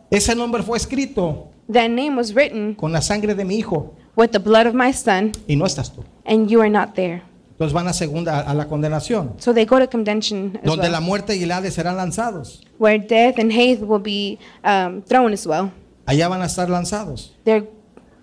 [SPEAKER 2] Ese nombre fue escrito
[SPEAKER 1] That name was written
[SPEAKER 2] con la sangre de mi hijo
[SPEAKER 1] with the blood of my son,
[SPEAKER 2] y no estás tú.
[SPEAKER 1] and you are not there.
[SPEAKER 2] Entonces van a segunda a la condenación,
[SPEAKER 1] So they go to condemnation as
[SPEAKER 2] donde
[SPEAKER 1] well,
[SPEAKER 2] la muerte y el Hades serán lanzados.
[SPEAKER 1] where death and hate will be um, thrown as well.
[SPEAKER 2] Allá van a estar lanzados.
[SPEAKER 1] They're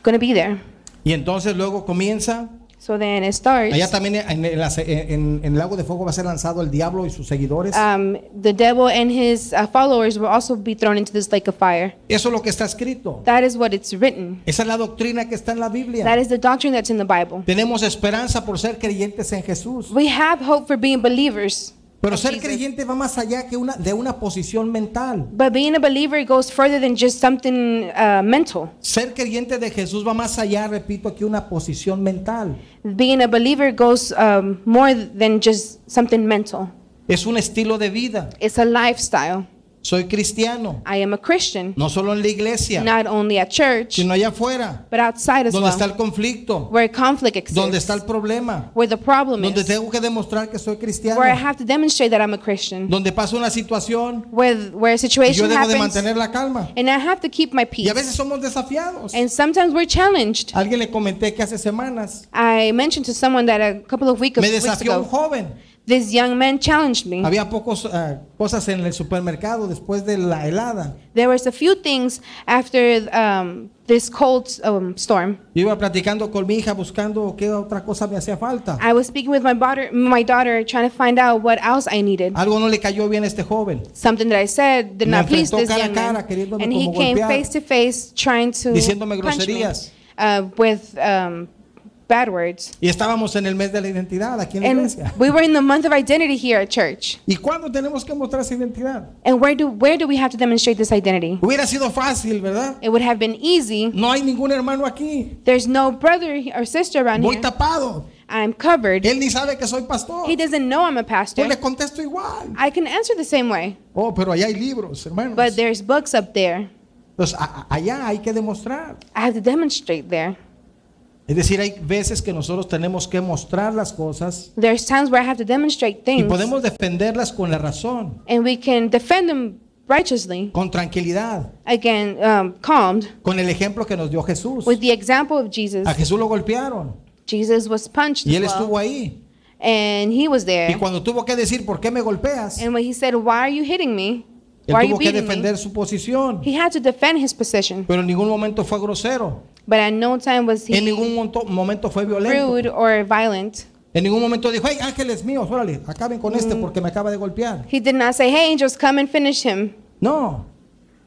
[SPEAKER 1] going to be there.
[SPEAKER 2] Y entonces luego comienza,
[SPEAKER 1] So then it starts.
[SPEAKER 2] allá también en, el- en- en el lago de fuego va a ser lanzado el diablo y sus seguidores.
[SPEAKER 1] um, the devil and his uh, followers will also be thrown into this lake of fire.
[SPEAKER 2] Eso es lo que está escrito.
[SPEAKER 1] That is what it's written.
[SPEAKER 2] Esa es la doctrina que está en la
[SPEAKER 1] That
[SPEAKER 2] Biblia.
[SPEAKER 1] is the doctrine that's in the Bible.
[SPEAKER 2] Tenemos esperanza por ser creyentes en Jesús.
[SPEAKER 1] We have hope for being believers,
[SPEAKER 2] Pero
[SPEAKER 1] of
[SPEAKER 2] ser
[SPEAKER 1] Jesus.
[SPEAKER 2] creyente va más allá que una, de una posición mental.
[SPEAKER 1] but being a believer goes further than just something uh, mental.
[SPEAKER 2] Ser creyente de Jesús va más allá, repito, que una posición mental.
[SPEAKER 1] Being a believer goes um, more than just something mental.
[SPEAKER 2] Es un estilo de vida.
[SPEAKER 1] It's a lifestyle.
[SPEAKER 2] Soy cristiano.
[SPEAKER 1] I am a Christian,
[SPEAKER 2] No solo en la iglesia,
[SPEAKER 1] not only at church,
[SPEAKER 2] sino allá afuera.
[SPEAKER 1] but outside as
[SPEAKER 2] Donde está
[SPEAKER 1] well,
[SPEAKER 2] el conflicto.
[SPEAKER 1] where conflict
[SPEAKER 2] Donde está el
[SPEAKER 1] exists,
[SPEAKER 2] problema.
[SPEAKER 1] where the problem
[SPEAKER 2] donde
[SPEAKER 1] is,
[SPEAKER 2] tengo que demostrar que soy cristiano,
[SPEAKER 1] where I have to demonstrate that I'm a Christian,
[SPEAKER 2] donde pasa una situación
[SPEAKER 1] where where a
[SPEAKER 2] y yo
[SPEAKER 1] situation
[SPEAKER 2] debo de
[SPEAKER 1] happens.
[SPEAKER 2] mantener la calma.
[SPEAKER 1] And I have to keep my
[SPEAKER 2] Y
[SPEAKER 1] peace.
[SPEAKER 2] a veces somos desafiados.
[SPEAKER 1] And sometimes we're challenged.
[SPEAKER 2] Alguien le comenté que hace semanas
[SPEAKER 1] I mentioned to someone that a couple of week-
[SPEAKER 2] me
[SPEAKER 1] weeks
[SPEAKER 2] desafió un
[SPEAKER 1] ago,
[SPEAKER 2] joven.
[SPEAKER 1] this young man challenged me.
[SPEAKER 2] Había pocos ah, cosas en el supermercado después de la helada.
[SPEAKER 1] There was a few things after um, this cold um, storm.
[SPEAKER 2] Yo iba platicando con mi hija buscando qué otra cosa me hacía falta.
[SPEAKER 1] I was speaking with my daughter, my daughter, trying to find out what else I needed.
[SPEAKER 2] Algo no le cayó bien a este joven.
[SPEAKER 1] Something that I said did
[SPEAKER 2] Me
[SPEAKER 1] not please
[SPEAKER 2] enfrentó
[SPEAKER 1] this
[SPEAKER 2] cara a
[SPEAKER 1] young man,
[SPEAKER 2] cara, queriéndome
[SPEAKER 1] and he
[SPEAKER 2] como
[SPEAKER 1] came
[SPEAKER 2] golpear.
[SPEAKER 1] face to face, trying to
[SPEAKER 2] Diciéndome
[SPEAKER 1] punch me
[SPEAKER 2] groserías.
[SPEAKER 1] uh, with um, bad words.
[SPEAKER 2] Y estábamos en el mes de la identidad aquí en la
[SPEAKER 1] And
[SPEAKER 2] iglesia.
[SPEAKER 1] we were in the month of identity here at church.
[SPEAKER 2] ¿Y cuándo tenemos que mostrar esa identidad?
[SPEAKER 1] And where do where do we have to demonstrate this identity?
[SPEAKER 2] Hubiera sido fácil, ¿verdad?
[SPEAKER 1] It would have been easy.
[SPEAKER 2] No hay ningún hermano aquí.
[SPEAKER 1] There's no brother or sister around
[SPEAKER 2] Voy
[SPEAKER 1] here.
[SPEAKER 2] tapado.
[SPEAKER 1] I'm covered.
[SPEAKER 2] Él ni sabe que soy pastor.
[SPEAKER 1] He doesn't know I'm a
[SPEAKER 2] Yo
[SPEAKER 1] pastor.
[SPEAKER 2] le contesto igual.
[SPEAKER 1] I can answer the same way,
[SPEAKER 2] Oh, pero allá hay libros, hermanos.
[SPEAKER 1] but there's books up there.
[SPEAKER 2] Entonces, a- a- allá hay que demostrar.
[SPEAKER 1] I have to demonstrate there.
[SPEAKER 2] Es decir, hay veces que nosotros tenemos que mostrar las cosas
[SPEAKER 1] There's times where I have to demonstrate
[SPEAKER 2] y
[SPEAKER 1] things,
[SPEAKER 2] podemos defenderlas con la razón,
[SPEAKER 1] and we can defend them righteously.
[SPEAKER 2] con tranquilidad,
[SPEAKER 1] Again, um, calmed
[SPEAKER 2] con el ejemplo que nos dio Jesús.
[SPEAKER 1] with the example of Jesus.
[SPEAKER 2] A Jesús lo golpearon
[SPEAKER 1] Jesus was punched,
[SPEAKER 2] y él
[SPEAKER 1] as well,
[SPEAKER 2] estuvo ahí.
[SPEAKER 1] and he was
[SPEAKER 2] Y
[SPEAKER 1] there.
[SPEAKER 2] cuando tuvo que decir, ¿por qué me golpeas? Él
[SPEAKER 1] And when he said, "Why are you hitting me? Why are you
[SPEAKER 2] tuvo que
[SPEAKER 1] beating me?"
[SPEAKER 2] defender su posición,
[SPEAKER 1] He had to defend his position,
[SPEAKER 2] pero en ningún momento fue grosero,
[SPEAKER 1] but at no time was he
[SPEAKER 2] en ningún monto- momento fue violento.
[SPEAKER 1] rude or violent.
[SPEAKER 2] En ningún momento dijo, ay, ángeles míos, órale, acaben con
[SPEAKER 1] Mm.
[SPEAKER 2] este porque me acaba de golpear.
[SPEAKER 1] He did not say, "Hey, angels, come and finish him."
[SPEAKER 2] No,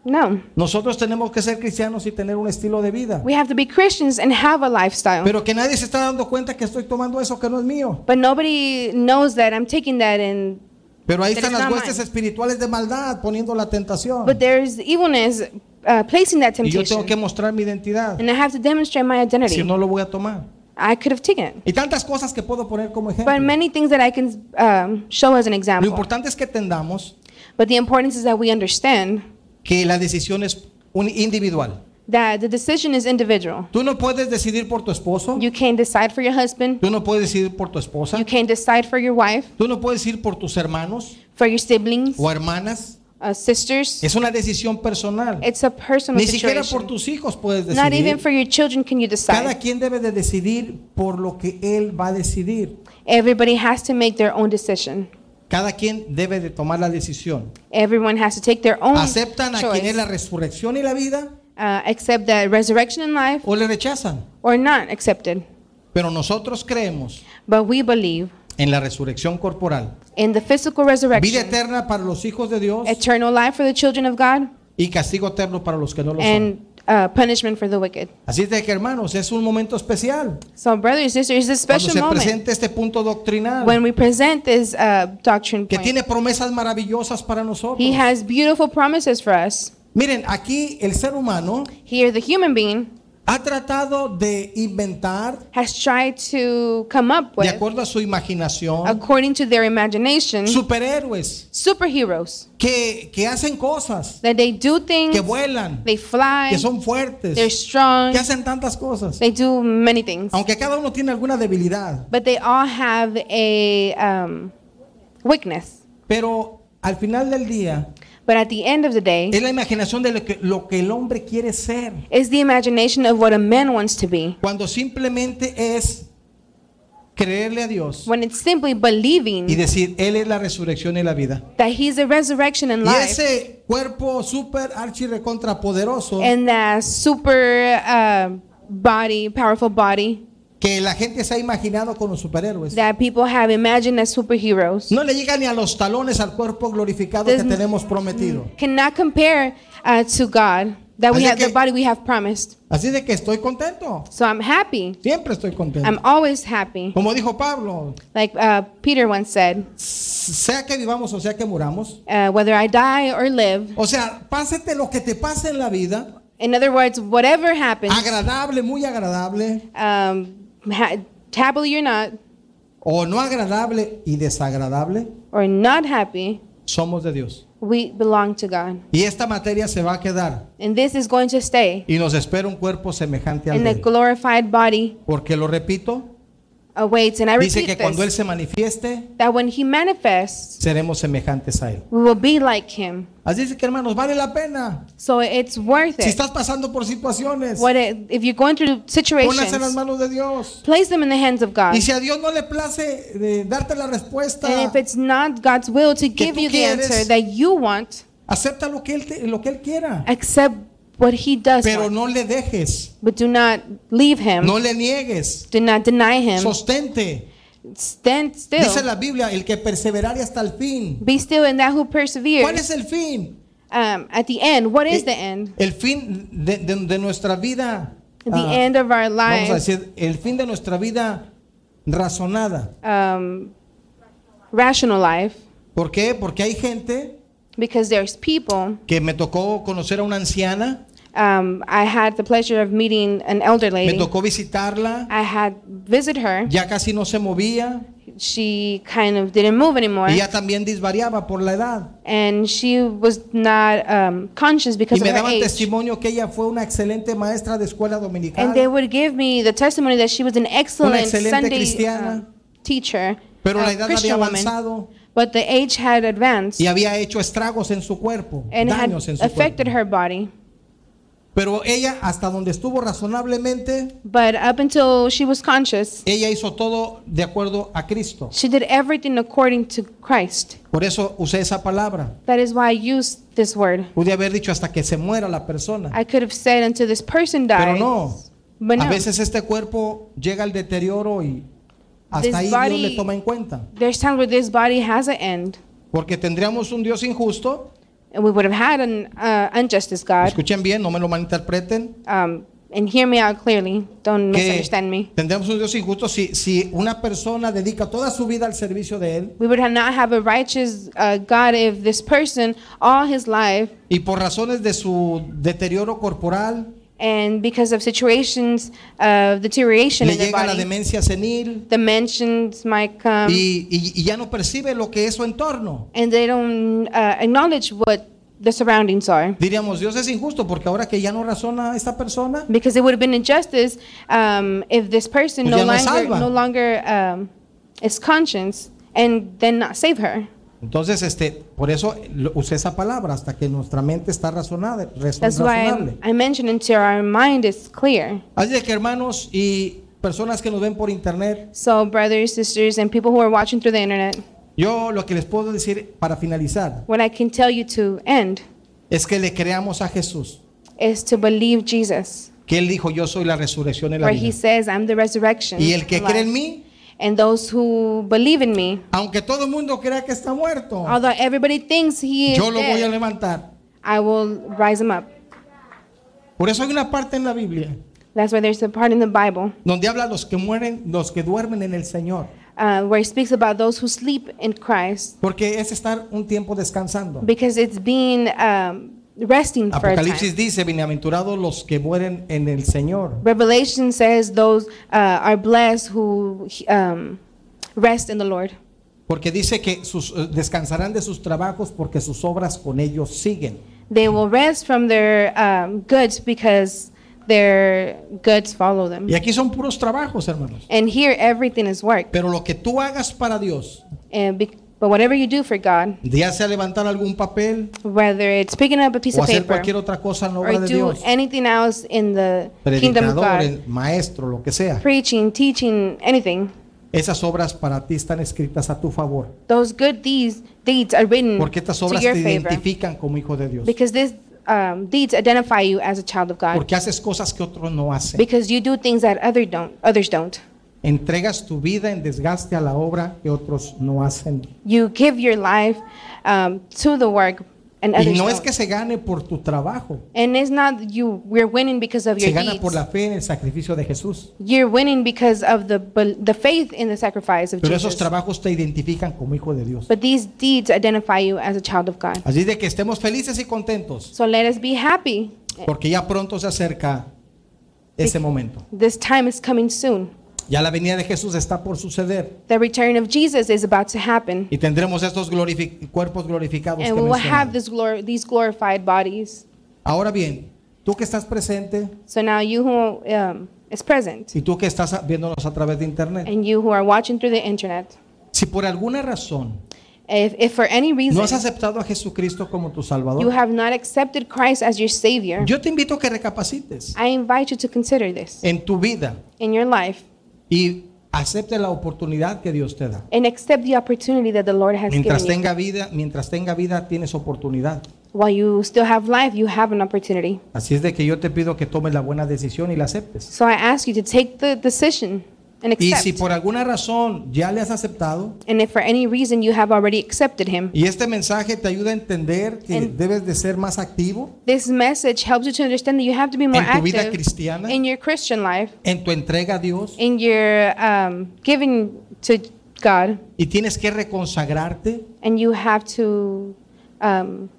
[SPEAKER 1] No,
[SPEAKER 2] nosotros tenemos que ser cristianos y tener un estilo de vida.
[SPEAKER 1] we have to be Christians and have a lifestyle.
[SPEAKER 2] Pero que nadie se está dando cuenta que estoy tomando eso que no es mío.
[SPEAKER 1] but nobody knows that I'm taking that, and
[SPEAKER 2] Pero ahí
[SPEAKER 1] Pero es Pues,
[SPEAKER 2] están las
[SPEAKER 1] normal.
[SPEAKER 2] huestes espirituales de maldad poniendo la tentación.
[SPEAKER 1] but there's evilness uh, placing that
[SPEAKER 2] Y yo
[SPEAKER 1] temptation,
[SPEAKER 2] tengo que mostrar mi identidad,
[SPEAKER 1] and I have to demonstrate my identity.
[SPEAKER 2] si no lo voy a tomar.
[SPEAKER 1] I could have taken it,
[SPEAKER 2] Y tantas cosas que puedo poner como
[SPEAKER 1] but
[SPEAKER 2] ejemplo.
[SPEAKER 1] many things that I can um, show as an
[SPEAKER 2] Lo
[SPEAKER 1] example.
[SPEAKER 2] importante es que entendamos
[SPEAKER 1] But the importance is that we understand
[SPEAKER 2] que la decisión es un individual.
[SPEAKER 1] that the decision is individual.
[SPEAKER 2] Tú no puedes decidir por tu esposo,
[SPEAKER 1] You can't decide for your husband.
[SPEAKER 2] tú no puedes decidir por tu esposa,
[SPEAKER 1] You can't decide for your wife,
[SPEAKER 2] tú no puedes decidir por tus hermanos
[SPEAKER 1] for your siblings
[SPEAKER 2] o hermanas.
[SPEAKER 1] uh, sisters.
[SPEAKER 2] Es una decisión personal.
[SPEAKER 1] It's a personal
[SPEAKER 2] Ni siquiera por
[SPEAKER 1] situation.
[SPEAKER 2] tus hijos puedes
[SPEAKER 1] Not even
[SPEAKER 2] decidir.
[SPEAKER 1] for your children can you
[SPEAKER 2] Cada
[SPEAKER 1] decide.
[SPEAKER 2] quien debe de decidir por lo que él va a decidir.
[SPEAKER 1] Everybody has to make their own decision.
[SPEAKER 2] Cada quien debe de tomar la decisión.
[SPEAKER 1] Everyone has to take their own
[SPEAKER 2] ¿Aceptan a quien es
[SPEAKER 1] choice.
[SPEAKER 2] la resurrección y la vida
[SPEAKER 1] Uh, accept the resurrection in life
[SPEAKER 2] o le rechazan?
[SPEAKER 1] or not accepted.
[SPEAKER 2] Pero nosotros creemos
[SPEAKER 1] But we believe
[SPEAKER 2] en la resurrección corporal.
[SPEAKER 1] in the physical
[SPEAKER 2] Vida
[SPEAKER 1] resurrection,
[SPEAKER 2] eterna para los hijos de Dios
[SPEAKER 1] eternal life for the children of God,
[SPEAKER 2] y castigo eterno para los que no lo son.
[SPEAKER 1] and uh, punishment for the wicked.
[SPEAKER 2] Así es de que hermanos, es un momento especial.
[SPEAKER 1] So, brothers and sisters, it's a
[SPEAKER 2] Cuando
[SPEAKER 1] special
[SPEAKER 2] se
[SPEAKER 1] moment
[SPEAKER 2] presenta este punto doctrinal
[SPEAKER 1] when we present this uh, doctrine
[SPEAKER 2] que
[SPEAKER 1] point.
[SPEAKER 2] tiene promesas maravillosas para nosotros.
[SPEAKER 1] He has beautiful promises for us.
[SPEAKER 2] Miren, aquí el ser humano
[SPEAKER 1] Here, the human being
[SPEAKER 2] ha tratado de inventar
[SPEAKER 1] has tried to come up
[SPEAKER 2] de
[SPEAKER 1] with,
[SPEAKER 2] acuerdo a su imaginación
[SPEAKER 1] according to their imagination,
[SPEAKER 2] superhéroes
[SPEAKER 1] superheroes
[SPEAKER 2] que, que hacen cosas,
[SPEAKER 1] that they do
[SPEAKER 2] que
[SPEAKER 1] things,
[SPEAKER 2] vuelan,
[SPEAKER 1] they fly,
[SPEAKER 2] que son fuertes,
[SPEAKER 1] they're strong,
[SPEAKER 2] que hacen tantas cosas.
[SPEAKER 1] they do many things.
[SPEAKER 2] Aunque cada uno tiene alguna debilidad,
[SPEAKER 1] But they all have a um, weakness.
[SPEAKER 2] pero al final del día
[SPEAKER 1] But at the end of the day,
[SPEAKER 2] es la imaginación de lo que, lo que el hombre quiere ser,
[SPEAKER 1] it's the imagination of what a man wants to be.
[SPEAKER 2] cuando simplemente es creerle a Dios
[SPEAKER 1] When it's simply believing
[SPEAKER 2] y decir, Él es la resurrección y la vida.
[SPEAKER 1] that he's a resurrection in
[SPEAKER 2] Y
[SPEAKER 1] life
[SPEAKER 2] ese cuerpo super archi contrapoderoso
[SPEAKER 1] and that super uh, body, powerful body
[SPEAKER 2] que la gente se ha imaginado con los superhéroes.
[SPEAKER 1] that people have imagined as superheroes
[SPEAKER 2] No le llega ni a los talones al cuerpo glorificado que
[SPEAKER 1] Doesn't-
[SPEAKER 2] tenemos prometido.
[SPEAKER 1] cannot compare uh, to God that we
[SPEAKER 2] Así
[SPEAKER 1] have
[SPEAKER 2] que-
[SPEAKER 1] the body we have promised.
[SPEAKER 2] Así de que estoy contento.
[SPEAKER 1] So I'm happy.
[SPEAKER 2] Siempre estoy
[SPEAKER 1] I'm
[SPEAKER 2] contento.
[SPEAKER 1] always happy.
[SPEAKER 2] Como dijo Pablo,
[SPEAKER 1] Like uh, Peter once said,
[SPEAKER 2] sea que vivamos o sea que muramos.
[SPEAKER 1] uh, whether I die or live,
[SPEAKER 2] O sea, pásate lo que te pase en la vida,
[SPEAKER 1] In other words, whatever happens,
[SPEAKER 2] agradable, muy agradable,
[SPEAKER 1] um, ha- happily or not,
[SPEAKER 2] o no agradable y desagradable,
[SPEAKER 1] or not happy,
[SPEAKER 2] somos de Dios.
[SPEAKER 1] we belong to God.
[SPEAKER 2] Y esta materia se va a quedar
[SPEAKER 1] And this is going to stay
[SPEAKER 2] y nos espera un cuerpo semejante al
[SPEAKER 1] in
[SPEAKER 2] de
[SPEAKER 1] the
[SPEAKER 2] él.
[SPEAKER 1] glorified body
[SPEAKER 2] Porque lo repito,
[SPEAKER 1] awaits. And I
[SPEAKER 2] dice
[SPEAKER 1] repeat
[SPEAKER 2] que cuando él
[SPEAKER 1] this,
[SPEAKER 2] se manifieste,
[SPEAKER 1] that when he manifests,
[SPEAKER 2] seremos semejantes a él.
[SPEAKER 1] we will be like him.
[SPEAKER 2] Así es que hermanos, vale la pena.
[SPEAKER 1] So it's worth
[SPEAKER 2] Si
[SPEAKER 1] it.
[SPEAKER 2] estás pasando por situaciones,
[SPEAKER 1] What it- if you're going through
[SPEAKER 2] pónlas en las
[SPEAKER 1] situations,
[SPEAKER 2] manos de Dios.
[SPEAKER 1] place them in the hands of God.
[SPEAKER 2] Y si a Dios no le place eh, darte la
[SPEAKER 1] And
[SPEAKER 2] respuesta,
[SPEAKER 1] if it's not God's will to give
[SPEAKER 2] tú
[SPEAKER 1] you the answer
[SPEAKER 2] quieres.
[SPEAKER 1] that you want,
[SPEAKER 2] acepta lo que él te- lo que él quiera,
[SPEAKER 1] accept what he does
[SPEAKER 2] pero
[SPEAKER 1] want.
[SPEAKER 2] no le dejes,
[SPEAKER 1] But do not leave him.
[SPEAKER 2] no le niegues.
[SPEAKER 1] Do not deny him.
[SPEAKER 2] Sostente.
[SPEAKER 1] Stand
[SPEAKER 2] Dice
[SPEAKER 1] still.
[SPEAKER 2] la Biblia, el que perseverar hasta el fin.
[SPEAKER 1] Be still in that who
[SPEAKER 2] ¿Cuál
[SPEAKER 1] perseveres.
[SPEAKER 2] es el fin?
[SPEAKER 1] Um, at the end, what is
[SPEAKER 2] Eh,
[SPEAKER 1] the end?
[SPEAKER 2] El fin de, de- de nuestra vida.
[SPEAKER 1] The
[SPEAKER 2] ah,
[SPEAKER 1] end of our
[SPEAKER 2] vamos a
[SPEAKER 1] lives,
[SPEAKER 2] decir, el fin de nuestra vida razonada.
[SPEAKER 1] um, rational life,
[SPEAKER 2] ¿Por qué? Porque hay gente
[SPEAKER 1] because there's people.
[SPEAKER 2] que me tocó conocer a una anciana,
[SPEAKER 1] Um, I had the pleasure of meeting an elder
[SPEAKER 2] me
[SPEAKER 1] lady.
[SPEAKER 2] tocó visitarla,
[SPEAKER 1] I had visit her.
[SPEAKER 2] ya casi no se movía
[SPEAKER 1] She kind of didn't move anymore,
[SPEAKER 2] y ya también disvariaba por la edad.
[SPEAKER 1] and she was not um, conscious
[SPEAKER 2] Y
[SPEAKER 1] because of
[SPEAKER 2] me
[SPEAKER 1] her
[SPEAKER 2] daban
[SPEAKER 1] age.
[SPEAKER 2] testimonio que ella fue una excelente maestra de escuela
[SPEAKER 1] And they
[SPEAKER 2] dominical,
[SPEAKER 1] would give me the testimony that she was an excellent
[SPEAKER 2] excelente
[SPEAKER 1] Sunday
[SPEAKER 2] cristiana.
[SPEAKER 1] um, teacher,
[SPEAKER 2] pero la
[SPEAKER 1] a
[SPEAKER 2] edad había
[SPEAKER 1] Christian woman.
[SPEAKER 2] avanzado
[SPEAKER 1] But the age had advanced
[SPEAKER 2] y había hecho estragos en su cuerpo,
[SPEAKER 1] and had
[SPEAKER 2] daños en su cuerpo.
[SPEAKER 1] affected her body.
[SPEAKER 2] Pero ella, hasta donde estuvo razonablemente,
[SPEAKER 1] But up until she was conscious,
[SPEAKER 2] ella hizo todo de acuerdo a Cristo.
[SPEAKER 1] she did everything according to Christ.
[SPEAKER 2] Por eso usé esa palabra.
[SPEAKER 1] That is why I used this word.
[SPEAKER 2] Pude haber dicho hasta que se muera la persona.
[SPEAKER 1] I could have said until this person
[SPEAKER 2] Pero
[SPEAKER 1] dies.
[SPEAKER 2] no.
[SPEAKER 1] But
[SPEAKER 2] A
[SPEAKER 1] no.
[SPEAKER 2] veces este cuerpo llega al deterioro y
[SPEAKER 1] This
[SPEAKER 2] hasta ahí
[SPEAKER 1] body-
[SPEAKER 2] Dios le toma en cuenta.
[SPEAKER 1] There's times where this body has an end,
[SPEAKER 2] Porque tendríamos un Dios injusto.
[SPEAKER 1] and we would have had an uh, unjustice God.
[SPEAKER 2] Escuchen bien, no me lo malinterpreten.
[SPEAKER 1] Um, and hear me out clearly. Don't
[SPEAKER 2] Que
[SPEAKER 1] misunderstand me.
[SPEAKER 2] tendríamos un Dios injusto si, si una persona dedica toda su vida al servicio de Él
[SPEAKER 1] We would have not have a righteous uh, God if this person, all his life,
[SPEAKER 2] y por razones de su deterioro corporal
[SPEAKER 1] and because of situations of deterioration
[SPEAKER 2] le
[SPEAKER 1] in their
[SPEAKER 2] llega la
[SPEAKER 1] body,
[SPEAKER 2] demencia senil
[SPEAKER 1] dimensions might come,
[SPEAKER 2] y, y- y ya no percibe lo que es su entorno.
[SPEAKER 1] and they don't uh, acknowledge what the surroundings are.
[SPEAKER 2] Diríamos, Dios es injusto porque ahora que ya no razona esta persona,
[SPEAKER 1] Because it would have been injustice um, if this person
[SPEAKER 2] Pues
[SPEAKER 1] no
[SPEAKER 2] ya no es
[SPEAKER 1] longer,
[SPEAKER 2] salva.
[SPEAKER 1] no longer um, is conscious and then not save her.
[SPEAKER 2] Entonces, este, por eso lo- usé esa palabra, hasta que nuestra mente está razonada, raz-
[SPEAKER 1] That's why
[SPEAKER 2] razonable.
[SPEAKER 1] I'm- I mentioned until our mind is clear.
[SPEAKER 2] Así de que hermanos y personas que nos ven por internet,
[SPEAKER 1] So, brothers, sisters, and people who are watching through the internet,
[SPEAKER 2] yo lo que les puedo decir para finalizar
[SPEAKER 1] what I can tell you to end
[SPEAKER 2] es que le creamos a Jesús,
[SPEAKER 1] is to believe Jesus,
[SPEAKER 2] que Él dijo, yo soy la resurrección y la
[SPEAKER 1] where he
[SPEAKER 2] vida.
[SPEAKER 1] says, I'm the resurrection.
[SPEAKER 2] Y el que
[SPEAKER 1] and life."
[SPEAKER 2] cree en mí,
[SPEAKER 1] And those who believe in me,
[SPEAKER 2] aunque todo el mundo crea que está muerto,
[SPEAKER 1] although everybody thinks he is
[SPEAKER 2] Oh. yo lo voy
[SPEAKER 1] dead,
[SPEAKER 2] a levantar.
[SPEAKER 1] I will rise him up.
[SPEAKER 2] Por eso hay una parte en la Biblia
[SPEAKER 1] That's why there's a part in the Bible
[SPEAKER 2] donde habla los que mueren, los que duermen en el Señor,
[SPEAKER 1] uh, where it speaks about those who sleep in Christ
[SPEAKER 2] porque es estar un tiempo descansando.
[SPEAKER 1] because it's being um, resting for a
[SPEAKER 2] Apocalipsis
[SPEAKER 1] time.
[SPEAKER 2] dice, bienaventurados los que mueren en el Señor.
[SPEAKER 1] Revelation says those uh, are blessed who um, rest in the Lord
[SPEAKER 2] Porque dice que sus, eh, descansarán de sus trabajos porque sus obras con ellos siguen.
[SPEAKER 1] they will rest from their um, goods because their goods follow them.
[SPEAKER 2] Y aquí son puros trabajos, hermanos.
[SPEAKER 1] And here everything is work.
[SPEAKER 2] Pero lo que tú hagas para Dios,
[SPEAKER 1] And be- but whatever you do for God,
[SPEAKER 2] ya sea levantar algún papel
[SPEAKER 1] whether it's picking up a piece
[SPEAKER 2] o
[SPEAKER 1] of
[SPEAKER 2] hacer
[SPEAKER 1] paper
[SPEAKER 2] cualquier otra cosa en la obra
[SPEAKER 1] or
[SPEAKER 2] de
[SPEAKER 1] do
[SPEAKER 2] Dios,
[SPEAKER 1] anything else in the kingdom of
[SPEAKER 2] predicador,
[SPEAKER 1] God,
[SPEAKER 2] el maestro, lo que sea,
[SPEAKER 1] preaching, teaching, anything,
[SPEAKER 2] esas obras para ti están escritas a tu favor.
[SPEAKER 1] those good deeds deeds are written
[SPEAKER 2] Porque estas
[SPEAKER 1] Mm. to
[SPEAKER 2] obras
[SPEAKER 1] your
[SPEAKER 2] te
[SPEAKER 1] favor
[SPEAKER 2] identifican como hijo de Dios.
[SPEAKER 1] because these um, deeds identify you as a child of God
[SPEAKER 2] Porque haces cosas que otros no hacen.
[SPEAKER 1] because you do things that other don't others don't
[SPEAKER 2] Entregas tu vida en desgaste a la obra que otros no hacen.
[SPEAKER 1] you give your life um, to the work and
[SPEAKER 2] Y
[SPEAKER 1] others
[SPEAKER 2] no
[SPEAKER 1] don't.
[SPEAKER 2] es que se gane por tu trabajo.
[SPEAKER 1] and it's not that you we're winning because of your
[SPEAKER 2] Se gana
[SPEAKER 1] deeds
[SPEAKER 2] por la fe en el sacrificio de Jesús.
[SPEAKER 1] you're winning because of the bel- the faith in the sacrifice of
[SPEAKER 2] Pero esos
[SPEAKER 1] Jesus
[SPEAKER 2] trabajos te identifican como hijo de Dios.
[SPEAKER 1] but these deeds identify you as a child of God
[SPEAKER 2] Así de que estemos felices y contentos,
[SPEAKER 1] so let us be happy
[SPEAKER 2] porque ya pronto se acerca ese momento.
[SPEAKER 1] this time is coming soon
[SPEAKER 2] Ya la venida de Jesús está por suceder
[SPEAKER 1] the return of Jesus is about to happen
[SPEAKER 2] y tendremos estos glorifi- cuerpos glorificados. que
[SPEAKER 1] and we will have
[SPEAKER 2] mencionamos.
[SPEAKER 1] this glor- these glorified bodies.
[SPEAKER 2] Ahora bien, tú que estás presente
[SPEAKER 1] So now you who um, is present
[SPEAKER 2] y tú que estás a- viéndonos a través de internet,
[SPEAKER 1] and you who are watching through the internet,
[SPEAKER 2] si por alguna razón
[SPEAKER 1] if, if for any
[SPEAKER 2] no has
[SPEAKER 1] reason
[SPEAKER 2] aceptado a Jesucristo como tu
[SPEAKER 1] you
[SPEAKER 2] Salvador,
[SPEAKER 1] have not accepted Christ as your Savior,
[SPEAKER 2] yo Eh. te invito a que recapacites
[SPEAKER 1] I invite you to consider this
[SPEAKER 2] en tu vida
[SPEAKER 1] in your life
[SPEAKER 2] y acepte la oportunidad que Dios te da.
[SPEAKER 1] and accept the opportunity that the Lord has
[SPEAKER 2] Mientras
[SPEAKER 1] given you.
[SPEAKER 2] tenga vida, mientras tenga vida tienes oportunidad.
[SPEAKER 1] While you still have life, you have an opportunity.
[SPEAKER 2] Así es de que yo te pido que tomes la buena decisión y la aceptes.
[SPEAKER 1] So I ask you to take the decision and
[SPEAKER 2] Y si
[SPEAKER 1] accept.
[SPEAKER 2] por alguna razón ya le has aceptado
[SPEAKER 1] And if for any reason you have already accepted Him,
[SPEAKER 2] y este mensaje te ayuda a entender que
[SPEAKER 1] En-
[SPEAKER 2] debes de ser más activo
[SPEAKER 1] This message helps you to understand that you have to be more
[SPEAKER 2] En tu vida
[SPEAKER 1] active
[SPEAKER 2] cristiana.
[SPEAKER 1] in your Christian life,
[SPEAKER 2] en tu entrega a Dios
[SPEAKER 1] in your um, giving to God,
[SPEAKER 2] y tienes que reconsagrarte.
[SPEAKER 1] and you have to um,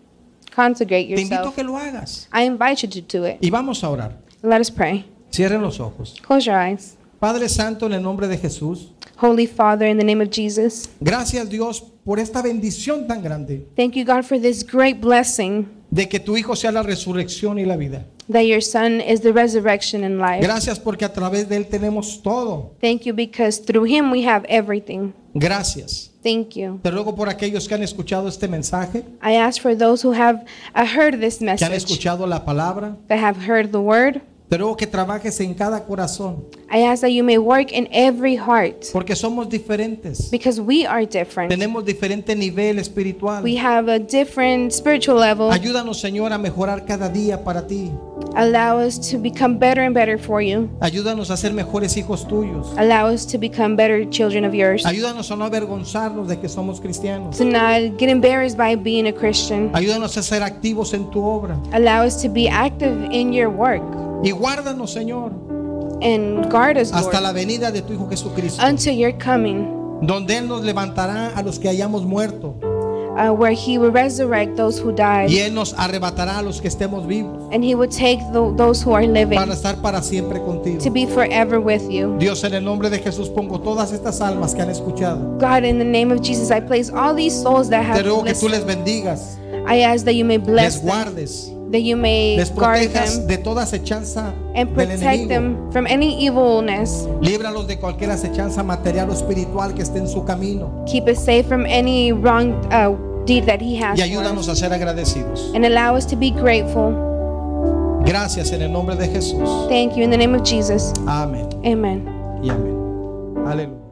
[SPEAKER 1] consecrate
[SPEAKER 2] Te invito a
[SPEAKER 1] yourself.
[SPEAKER 2] que lo hagas.
[SPEAKER 1] I invite you to do it.
[SPEAKER 2] Y vamos a orar.
[SPEAKER 1] Let us pray.
[SPEAKER 2] Cierren los ojos.
[SPEAKER 1] Close your eyes.
[SPEAKER 2] Padre Santo, en el nombre de Jesús,
[SPEAKER 1] Holy Father, in the name of Jesus,
[SPEAKER 2] gracias Dios por esta bendición tan grande
[SPEAKER 1] thank you, God, for this great blessing
[SPEAKER 2] de que tu Hijo sea la resurrección y la vida.
[SPEAKER 1] that your Son is the resurrection in life.
[SPEAKER 2] Gracias porque a través de Él tenemos todo.
[SPEAKER 1] Thank you because through Him we have everything.
[SPEAKER 2] Gracias.
[SPEAKER 1] Thank you.
[SPEAKER 2] Te ruego por aquellos que han escuchado este mensaje,
[SPEAKER 1] I ask for those who have uh, heard this
[SPEAKER 2] que han
[SPEAKER 1] message,
[SPEAKER 2] escuchado la palabra.
[SPEAKER 1] that have heard the word.
[SPEAKER 2] Te ruego que trabajes en cada corazón,
[SPEAKER 1] I ask that you may work in every heart
[SPEAKER 2] porque somos diferentes.
[SPEAKER 1] because we are different.
[SPEAKER 2] Tenemos diferente nivel espiritual.
[SPEAKER 1] We have a different spiritual level.
[SPEAKER 2] Ayúdanos, Señor, a mejorar cada día para ti.
[SPEAKER 1] Allow us to become better and better for you.
[SPEAKER 2] Ayúdanos a ser mejores hijos tuyos.
[SPEAKER 1] Allow us to become better children of yours.
[SPEAKER 2] Ayúdanos a no avergonzarnos de que somos cristianos.
[SPEAKER 1] To not get embarrassed by being a Christian.
[SPEAKER 2] Ayúdanos a ser activos en tu obra.
[SPEAKER 1] Allow us to be active in your work
[SPEAKER 2] Y guárdanos, Señor,
[SPEAKER 1] and guard us,
[SPEAKER 2] hasta
[SPEAKER 1] Lord,
[SPEAKER 2] la venida de tu Hijo Jesucristo,
[SPEAKER 1] until your coming,
[SPEAKER 2] donde Él nos levantará a los que hayamos muerto.
[SPEAKER 1] uh, where He will resurrect those who died
[SPEAKER 2] Y Él nos arrebatará a los que estemos vivos
[SPEAKER 1] and He will take tho- those who are
[SPEAKER 2] para
[SPEAKER 1] living
[SPEAKER 2] estar para siempre contigo.
[SPEAKER 1] to be forever with you.
[SPEAKER 2] Dios, en el nombre de Jesús pongo todas estas almas que han escuchado.
[SPEAKER 1] God, in the name of Jesus, I place all these souls that
[SPEAKER 2] Te
[SPEAKER 1] have
[SPEAKER 2] ruego que tú
[SPEAKER 1] listened.
[SPEAKER 2] les bendigas,
[SPEAKER 1] I ask that you may
[SPEAKER 2] les
[SPEAKER 1] bless them,
[SPEAKER 2] guardes
[SPEAKER 1] that you may
[SPEAKER 2] Les
[SPEAKER 1] guard
[SPEAKER 2] protejas
[SPEAKER 1] them
[SPEAKER 2] de toda acechanza
[SPEAKER 1] and
[SPEAKER 2] del
[SPEAKER 1] protect
[SPEAKER 2] enemigo.
[SPEAKER 1] them from any evilness.
[SPEAKER 2] Líbralos de cualquier acechanza material o espiritual que esté en su camino.
[SPEAKER 1] Keep us safe from any wrong uh, deed that he has for
[SPEAKER 2] Y
[SPEAKER 1] us.
[SPEAKER 2] ayúdanos a ser agradecidos.
[SPEAKER 1] and allow us to be grateful.
[SPEAKER 2] Gracias en el nombre de Jesús.
[SPEAKER 1] Thank you in the name of Jesus.
[SPEAKER 2] Amén
[SPEAKER 1] Amen.
[SPEAKER 2] y amén. Aleluya.